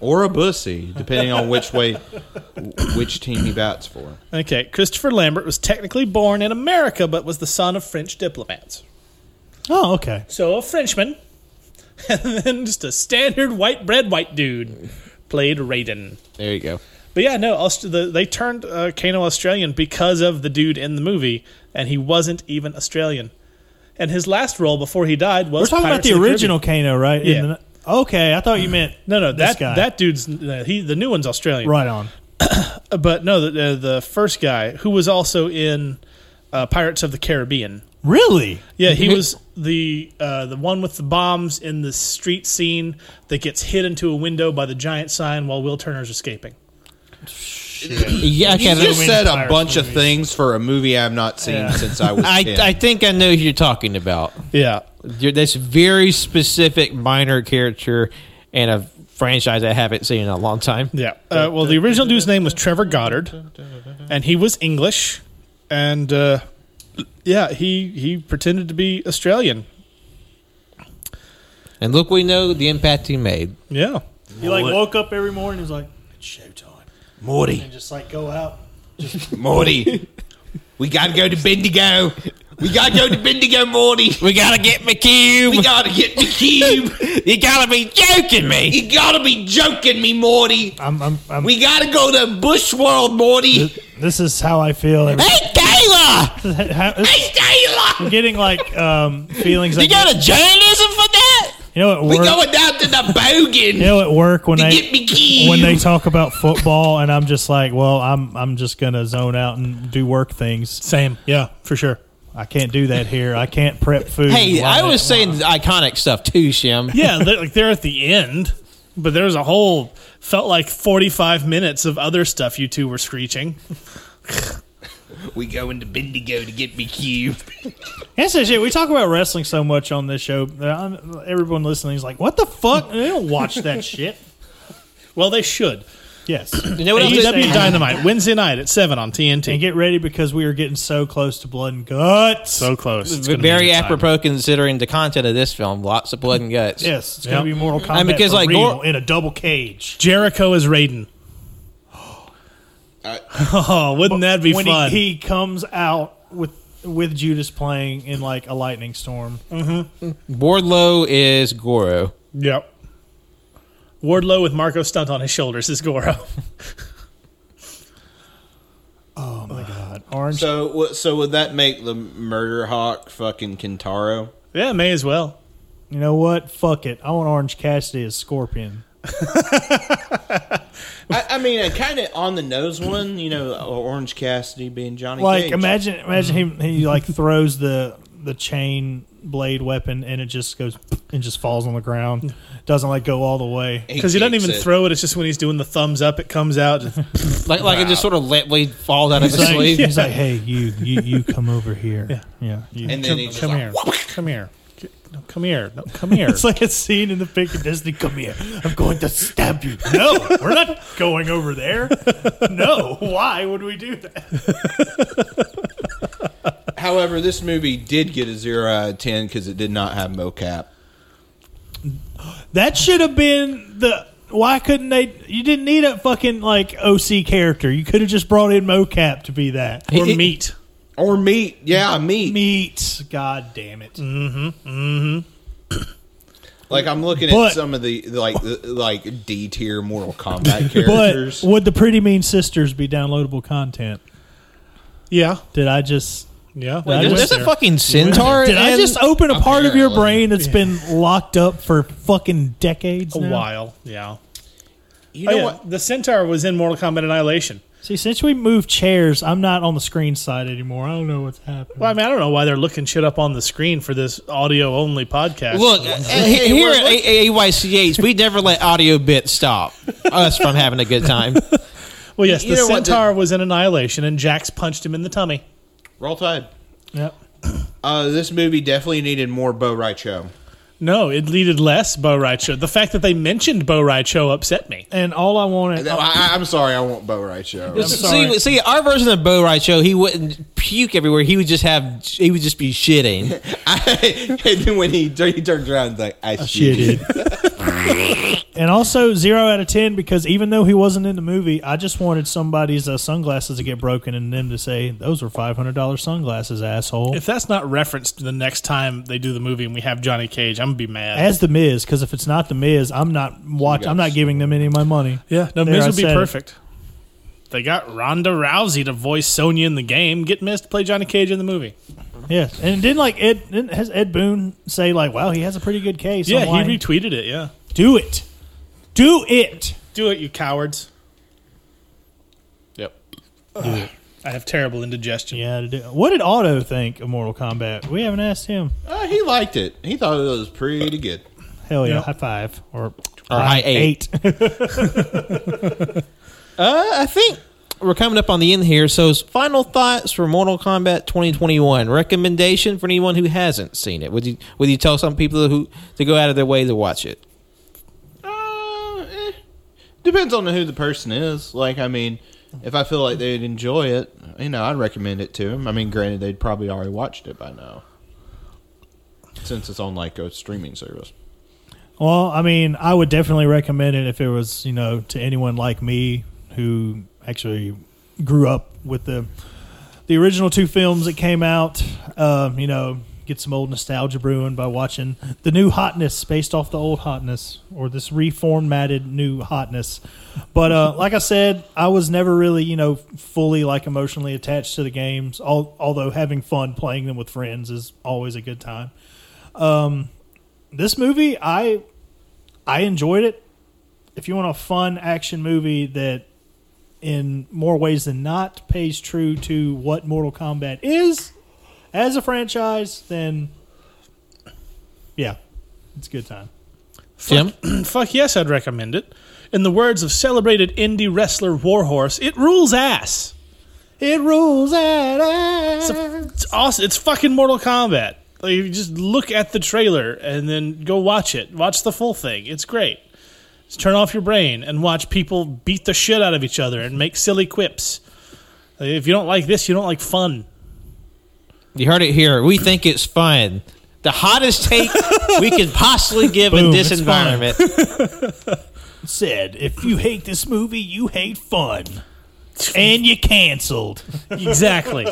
F: or a pussy, depending on which way, which team he bats for.
D: Okay, Christopher Lambert was technically born in America, but was the son of French diplomats.
A: [LAUGHS] Oh, okay.
D: So a Frenchman, [LAUGHS] and then just a standard white bread white dude played Raiden.
E: There you go.
D: But yeah, no, Aust- the, they turned uh, Kano Australian because of the dude in the movie, and he wasn't even Australian. And his last role before he died was
A: We're talking
D: Pirates
A: about
D: of
A: the
D: Caribbean.
A: original Kano, right? In
D: Yeah.
A: the- okay, I thought you meant
D: No, no,
A: this
D: that
A: guy.
D: that dude's uh, he the new one's Australian. Uh,
A: right on.
D: but no, the, the the first guy who was also in uh, Pirates of the Caribbean.
H: Really?
D: Yeah, he was the uh, the one with the bombs in the street scene that gets hit into a window by the giant sign while Will Turner's escaping.
E: Yeah, I
F: You
E: can't.
F: just said a
H: Pirates
F: bunch of
H: movies.
F: things for a movie I've not seen
D: Yeah.
F: since I was
E: [LAUGHS] I,
F: 10.
E: I think I know who you're talking about.
D: Yeah,
E: You're- That's a very specific minor character and a franchise I haven't seen in a long time.
D: yeah. Uh, well, the original dude's name was Trevor Goddard, and he was English, and uh, yeah, he he pretended to be Australian.
E: And look, we know the impact he made.
D: Yeah,
H: He like woke up every morning. He's like, it's showtime,
F: Morty,
H: and just like go out.
F: Morty, we gotta go to Bendigo. We gotta go to Bendigo, Morty.
E: We gotta get McCube.
F: We gotta get the cube.
E: [LAUGHS] you gotta be joking me.
F: You gotta be joking me, Morty.
H: I'm, I'm, I'm
F: We gotta go to Bush World, Morty.
H: this is how I feel. Every,
E: Hey, Taylor,
H: how, this-
F: Hey, Taylor,
H: getting like um, feelings.
E: you
H: Like,
E: got a journalism for that?
H: you know at
F: we
H: work.
F: going down to the
H: You
F: bogan
H: know at work when
F: to
H: they
F: get me cube.
H: when they talk about football, and I'm just like, well, I'm I'm just gonna zone out and do work things.
D: same. Yeah, for sure.
H: I can't do that here. I can't prep food.
E: Hey,
H: while
E: I was saying the iconic stuff too, Shim.
D: Yeah, they're, like they're at the end, but there's a whole felt like 45 minutes of other stuff you two were screeching.
F: we going to Bendigo to get me cube.
H: That's the shit. We talk about wrestling so much on this show. that I'm- Everyone listening is like, what the fuck? They don't watch that [LAUGHS] shit.
D: Well, they should.
H: Yes.
E: You know what else?
H: AEW
E: they-
D: AEW Dynamite Wednesday night at seven on
H: And
D: TNT.
H: get ready because we are getting so close to blood and guts.
D: So close. It's gonna be
E: Very
D: a good time.
E: apropos considering the content of this film. Lots of blood and guts.
H: yes, it's
D: Yeah.
H: gonna be Mortal Kombat
E: I mean, 'cause,
H: for
E: like,
H: real,
E: Gor-
H: in a double cage.
D: Jericho is Raiden. [GASPS] [LAUGHS] oh, wouldn't that be
H: when
D: fun?
H: He, he comes out with with Judas playing in like a lightning storm.
E: Wardlow is Goro.
D: yep. Wardlow with Marco Stunt on his shoulders is Goro. [LAUGHS]
H: Orange.
F: So, wha- so would that make the Murder Hawk fucking Kintaro?
D: yeah, may as well.
H: you know what? Fuck it. I want Orange Cassidy as Scorpion.
F: I, I mean, a kind of on the nose one, you know, Orange Cassidy being Johnny
H: Like
F: Cage.
H: imagine imagine him he like [LAUGHS] throws the the chain blade weapon and it just goes and just falls on the ground. Doesn't like go all the way.
D: Because he doesn't
F: hates
D: even
F: it.
D: throw it. It's just when he's doing the thumbs up, it comes out. Just-
E: Like, like it just sort of lightly falls out of his
H: He's like,
E: sleeve.
D: [LAUGHS]
H: he's like, hey, you, you, you come over here. Yeah, yeah. you."
F: [LAUGHS] And then
D: come
F: he just
D: come
F: like,
D: here. Come here. No, come here. No, come
F: [LAUGHS]
D: here.
H: It's like a scene in the Pink of Disney. Come here, I'm going to stab you. No, we're not going over there. No, why would we do that?
F: However, this movie did get a zero out of ten because it did not have mocap.
H: That should have been the. Why couldn't they? You didn't need a fucking like OC character. You could have just brought in mocap to be that.
D: or meat.
F: Or meat, yeah, meat.
H: Meat, god Ah, damn it!
F: Like I'm looking
H: But-
F: at some of the like the, like D tier Mortal Kombat
H: [LAUGHS] But
F: characters.
H: would the Pretty Mean Sisters be downloadable content?
D: Yeah.
H: Did I just?
D: Yeah.
H: Wait,
D: I
E: There's,
H: went
E: there's a
D: there.
E: fucking centaur.
H: Did I
E: in-
H: just open a part of your
F: Apparently.
H: brain that's been locked up for fucking decades?
D: a
H: now?
D: while. Yeah.
F: you
D: You
F: know
H: Oh,
D: know
F: what?
D: what? The centaur was in Mortal Kombat Annihilation.
H: See, since we moved chairs, I'm not on the screen side anymore. I don't know what's happening.
D: Well, I mean, I don't know why they're looking shit up on the screen for this audio only podcast.
E: Look, uh, he- here at A- AYCH, we never let audio bits stop us from having a good time.
H: [LAUGHS]
D: well, yes,
F: you
D: the
F: know what?
D: centaur was in Annihilation, and Jax punched him in the tummy.
F: Roll Tide.
H: Yep.
F: Uh, this movie definitely needed more Bo Raicho.
D: No, it needed less Bo Raicho. The fact that they mentioned Bo Raicho upset me.
H: And all I wanted, oh,
F: I, I, I'm sorry, I want Bo Raicho.
E: See,
H: sorry.
E: see, our version of Bo Wright show, he wouldn't puke everywhere. He would just have, he would just be
H: [LAUGHS]
E: shitting.
F: I, [LAUGHS] and then when he, tur- he turns around, he's like, I, shit it.
H: Oh, shit. and also zero out of ten because even though he wasn't in the movie, I just wanted somebody's uh, sunglasses to get broken and them to say, "Those were five hundred dollars sunglasses, asshole."
D: If that's not referenced the next time they do the movie and we have Johnny Cage, I'm gonna be mad.
H: As the Miz, because if it's not the Miz, I'm not watch. I'm not giving them any of my money.
D: yeah, no,
H: There,
D: Miz
H: I
D: would be
H: said it.
D: perfect. They got Ronda Rousey to voice Sonya in the game. Get Miz to play Johnny Cage in the movie.
H: Yes, and didn't like Ed didn't, has Ed Boone say like, "Wow, he has a pretty good case."
D: Yeah,
H: online.
D: he retweeted it. Yeah,
H: do it, do it.
D: do it, you cowards.
E: Yep.
D: I have terrible indigestion.
H: Yeah. To do. What did Otto think of Mortal Kombat? We haven't asked him.
F: Uh, he liked it. He thought it was pretty good.
H: Hell yeah!
D: Yep.
H: High five or
E: Or high eight. [LAUGHS] Uh, I think we're coming up on the end here. So, final thoughts for Mortal Kombat 2021. Recommendation for anyone who hasn't seen it. Would you Would you tell some people who to go out of their way to watch it?
F: Uh, eh. Depends on who the person is. Like, I mean, if I feel like they'd enjoy it, you know, I'd recommend it to them. I mean, granted, they'd probably already watched it by now, since it's on like a streaming service.
H: Well, I mean, I would definitely recommend it if it was, you know, to anyone like me who actually grew up with the the original two films that came out. Um, you know, get some old nostalgia brewing by watching the new hotness based off the old hotness or this reformatted new hotness. But uh, like I said, I was never really, you know, fully like emotionally attached to the games. Al- although having fun playing them with friends is always a good time Um, this movie i i enjoyed it if you want a fun action movie that in more ways than not pays true to what mortal kombat is as a franchise then yeah it's a good time
E: Jim,
D: Fuck yes, I'd recommend it. In the words of celebrated indie wrestler Warhorse, it rules ass.
H: it rules at us.
D: It's, a- it's awesome. It's fucking Mortal Kombat. Like, you just look at the trailer and then go watch it. Watch the full thing. It's great. Just turn off your brain and watch people beat the shit out of each other and make silly quips. Like, If you don't like this, you don't like fun.
E: you heard it here. We think it's fun. The hottest
H: [LAUGHS]
E: take we could possibly give in
H: Boom,
E: this
H: it's fun.
E: environment.
H: said if you hate this movie you hate fun and you canceled [LAUGHS]
D: Exactly.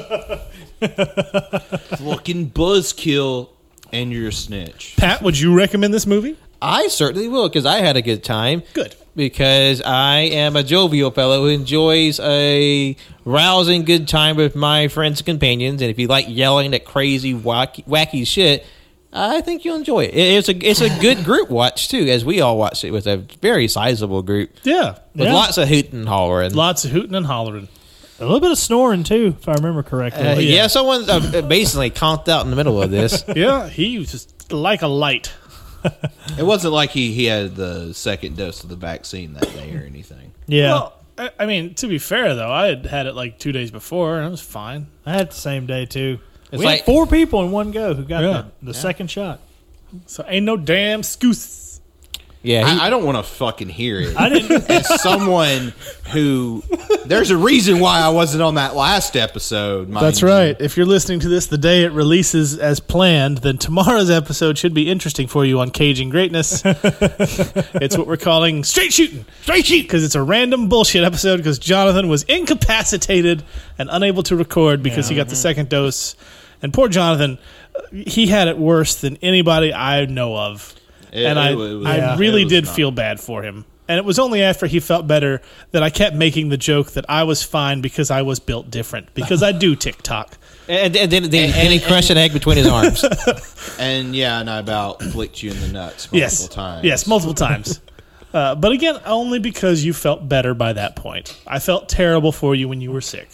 F: Fucking buzzkill and you're a snitch.
D: Pat, would you recommend this movie?
E: I certainly will because I had a good time.
D: Good.
E: Because I am a jovial fellow who enjoys a rousing good time with my friends and companions. And if you like yelling at crazy, wacky, wacky shit, I think you'll enjoy it. It- It's a, it's a good group watch, too, as we all watched it with a very sizable group
D: Yeah.
E: with
H: Yeah.
E: lots of hooting and hollering.
D: Lots of hooting and hollering.
H: a little bit of snoring too if i remember correctly
E: Uh, yeah. someone uh, basically conked out in the middle of this.
D: Yeah, he was just like a light.
F: It wasn't like he, he had the second dose of the vaccine that day or anything.
H: yeah
D: Well, I, I mean, to be fair though, I had had it like two days before, and I was fine.
H: I had the same day too.
E: It's
H: we
E: like-
H: had four people in one go who got
D: Yeah.
H: the, the second shot.
D: So ain't no damn scoose.
E: Yeah, he-
F: I, I don't want to fucking hear it.
H: I didn't.
F: As someone who, there's a reason why I wasn't on that last episode. mind
D: That's
F: you.
D: right. If you're listening to this the day it releases as planned, then tomorrow's episode should be interesting for you on Caging [LAUGHS] Greatness. it's what we're calling straight shooting. Straight shoot. Because it's a random bullshit episode because Jonathan was incapacitated and unable to record because he got the second dose. And poor Jonathan, uh, he had it worse than anybody I know of.
F: It-
D: and I,
F: it was-
D: I
F: yeah,
D: really
F: it was
D: did
F: not-
D: feel bad for him. And it was only after he felt better that I kept making the joke that I was fine because I was built different because I do
F: [LAUGHS]
D: TikTok.
E: and, and then, then, then he crushed an egg between his arms.
F: And yeah, and I about flicked you in the nuts multiple
D: yes,
F: times.
D: yes, multiple times. uh, but again, only because you felt better by that point. I felt terrible for you when you were sick.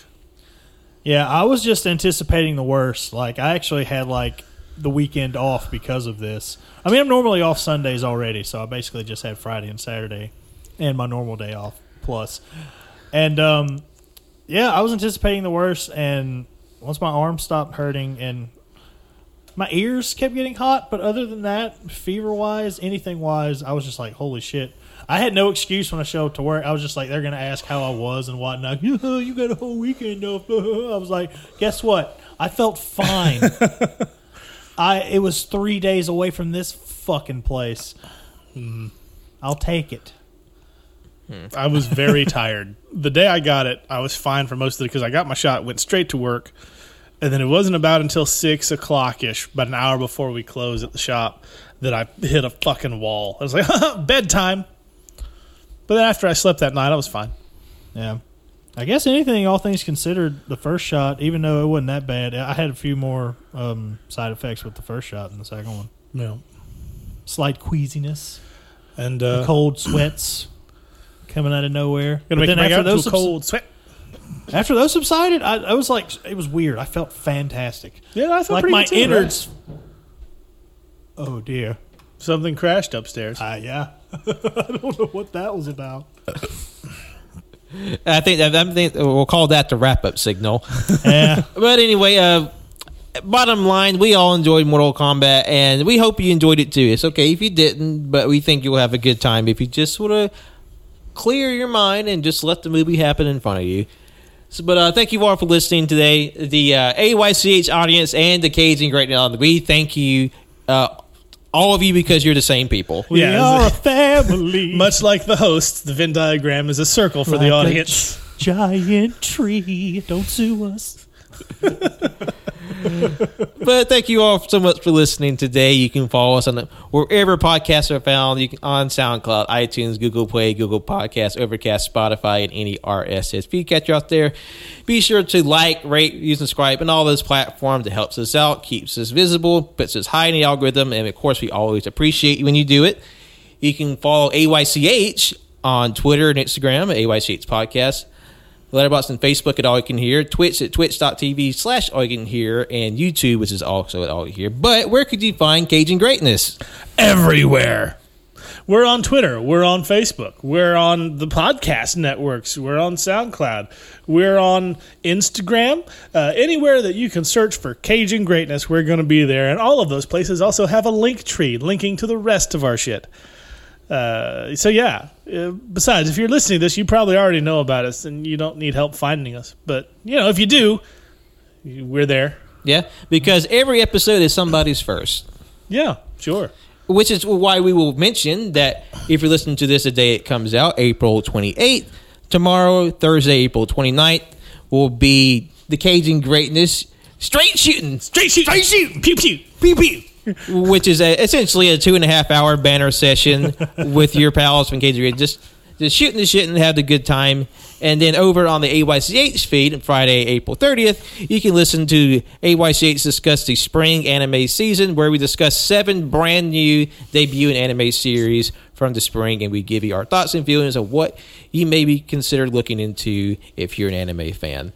H: yeah, I was just anticipating the worst. Like I actually had like the weekend off because of this. I mean, I'm normally off Sundays already, so I basically just had Friday and Saturday and my normal day off plus. And um, yeah, I was anticipating the worst, and once my arm stopped hurting and my ears kept getting hot, but other than that, fever wise, anything wise, I was just like, holy shit. I had no excuse when I showed up to work. I was just like, they're going to ask how I was and whatnot. [LAUGHS] You you got a whole weekend off. [LAUGHS] I was like, guess what? I felt fine. I It was three days away from this fucking place. I'll take it.
D: I was very tired. The day I got it, I was fine for most of it because I got my shot, went straight to work, and then it wasn't about until six o'clock ish, about an hour before we closed at the shop, that I hit a fucking wall. I was like, [LAUGHS] bedtime. But then after I slept that night, I was fine.
H: Yeah. I guess anything, all things considered, the first shot, even though it wasn't that bad, I had a few more um, side effects with the first shot than the second one.
D: Yeah.
H: Slight queasiness.
D: And uh,
H: cold sweats coming out of nowhere.
D: gonna
H: But
D: make
H: then
D: my
H: after
D: after
H: those
D: cold sweat.
A: After those subsided, I, I was like, it was weird. I felt fantastic.
D: Yeah, I felt
A: like
D: pretty
A: my
D: good too, right?
A: innards. Oh dear.
D: Something crashed upstairs.
A: Uh, yeah. [LAUGHS] I don't know what that was about.
E: I think I think we'll call that the wrap up signal.
A: Yeah.
E: [LAUGHS] But anyway, uh, bottom line, we all enjoyed Mortal Kombat, and we hope you enjoyed it too. It's okay if you didn't, but we think you'll have a good time if you just want to clear your mind and just let the movie happen in front of you. So, but uh, thank you all for listening today. The uh, AYCH audience and the Cajun Great Island, we thank you, uh, all of you, because you're the same people.
A: we
D: Yeah,
A: are a [LAUGHS]
D: it's-
A: family.
D: Much like the host, the Venn diagram is a circle for the
A: Like a
D: audience.
A: giant tree. Don't sue us.
E: But thank you all so much for listening today. You can follow us on the, wherever podcasts are found. You can on SoundCloud, iTunes, Google Play, Google Podcasts, Overcast, Spotify, and any RSS feed catcher out there. Be sure to like, rate, review, subscribe, and all those platforms. It helps us out, keeps us visible, puts us high in the algorithm, and of course, we always appreciate you when you do it. You can follow AYCH on Twitter and Instagram at AYCH Podcast. Letterboxd and Facebook at All You Can Hear, Twitch at twitch.tv slash All You Can Hear, and YouTube, which is also at All You Hear. But where could you find Cajun Greatness?
D: Everywhere. We're on Twitter. We're on Facebook. We're on the podcast networks. We're on SoundCloud. We're on Instagram. Uh, anywhere that you can search for Cajun Greatness, we're going to be there. And all of those places also have a link tree linking to the rest of our shit. Uh, so yeah. Uh, besides, if you're listening to this, you probably already know about us, and you don't need help finding us. But you know, if you do, you- we're there.
E: Yeah, because every episode is somebody's first,
D: Yeah, sure.
E: which is why we will mention that if you're listening to this the day it comes out, April 28th, tomorrow, Thursday, April 29th, will be the Cajun Greatness Straight Shooting.
D: Straight shoot. Straight shoot. Pew pew.
E: pew pew, which is a, essentially a two and a half hour banner session with your pals from KGR. Just just shooting the shit and have a good time. And then over on the AYCH feed, on Friday, April 30th, you can listen to AYCH discuss the spring anime season, where we discuss seven brand new debut and anime series from the spring, and we give you our thoughts and feelings of what you may be considered looking into if you're an anime fan.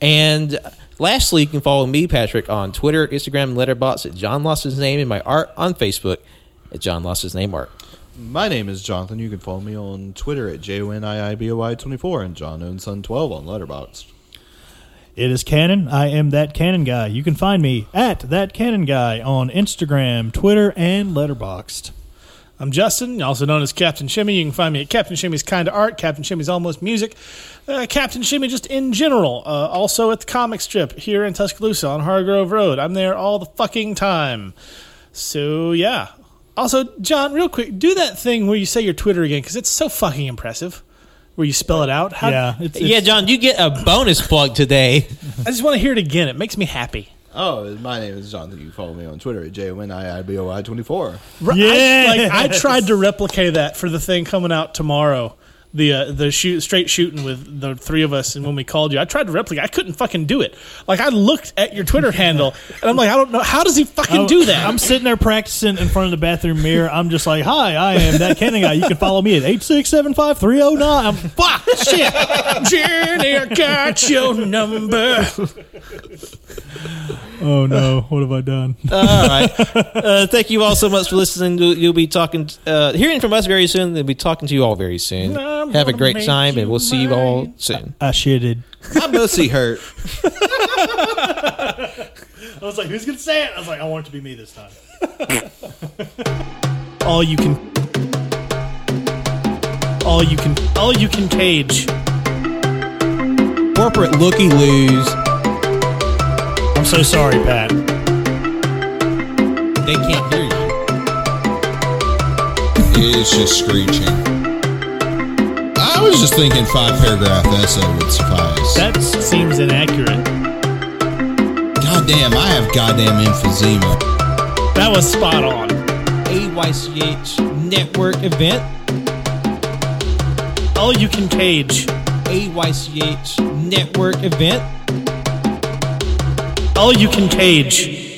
E: And lastly, you can follow me, Patrick, on Twitter, Instagram, Letterboxd at John Lost His Name, and my art on Facebook at John Lost His Name Art.
F: My name is Jonathan. You can follow me on Twitter at JONIIBOI24 and John Own Son 12 on Letterboxd.
A: It is Canon. I am that Canon guy. You can find me at that Canon guy on Instagram, Twitter, and Letterboxed.
D: I'm Justin, also known as Captain Shimmy. You can find me at Captain Shimmy's Kind of Art, Captain Shimmy's Almost Music, uh, Captain Shimmy just in general. Uh, also at the comic strip here in Tuscaloosa on Hargrove Road. I'm there all the fucking time. So, yeah. Also, John, real quick, do that thing where you say your Twitter again because it's so fucking impressive. Where you spell it out. How,
A: Yeah, it's, it's,
E: Yeah, John, you get a bonus
D: [LAUGHS]
E: plug today.
D: I just want to hear it again. It makes me happy.
F: Oh, my name is Jonathan. You can follow me on Twitter at JONIIBOI24.
D: Right.
A: Yes.
D: I, like, I tried to replicate that for the thing coming out tomorrow. The uh, the shoot straight shooting with the three of us, and when we called you, I tried to replicate. I couldn't fucking do it. Like I looked at your Twitter handle, and I'm like, I don't know how does he fucking
A: I'm-
D: do that.
A: I'm sitting there practicing in front of the bathroom mirror. I'm just like, hi, I am that Canon guy. You can follow me at 8675309. I'm fuck.
D: shit, Jenny, I got your number.
A: Oh no, what have I done?
E: all right. [LAUGHS] Uh, thank you all so much for listening. You'll, you'll be talking, uh, hearing from us very soon. They'll be talking to you all very soon.
D: I'm
E: Have a
D: gonna
E: great
D: make
E: time, and
D: you
E: we'll see you all
D: mine.
E: soon.
A: I shitted.
F: My pussy hurt.
A: I was like, who's gonna say it? I was like, I want it to be me this time.
D: All you can, all you can, all you can cage.
E: Corporate looky loos.
A: I'm so sorry, Pat.
E: They can't hear you.
C: It's just screeching. I was just thinking five paragraph essay would suffice.
D: That seems inaccurate.
C: goddamn, I have goddamn emphysema.
D: That was spot on.
B: AYCH network event.
D: All you can cage.
B: AYCH network event.
D: All you can cage.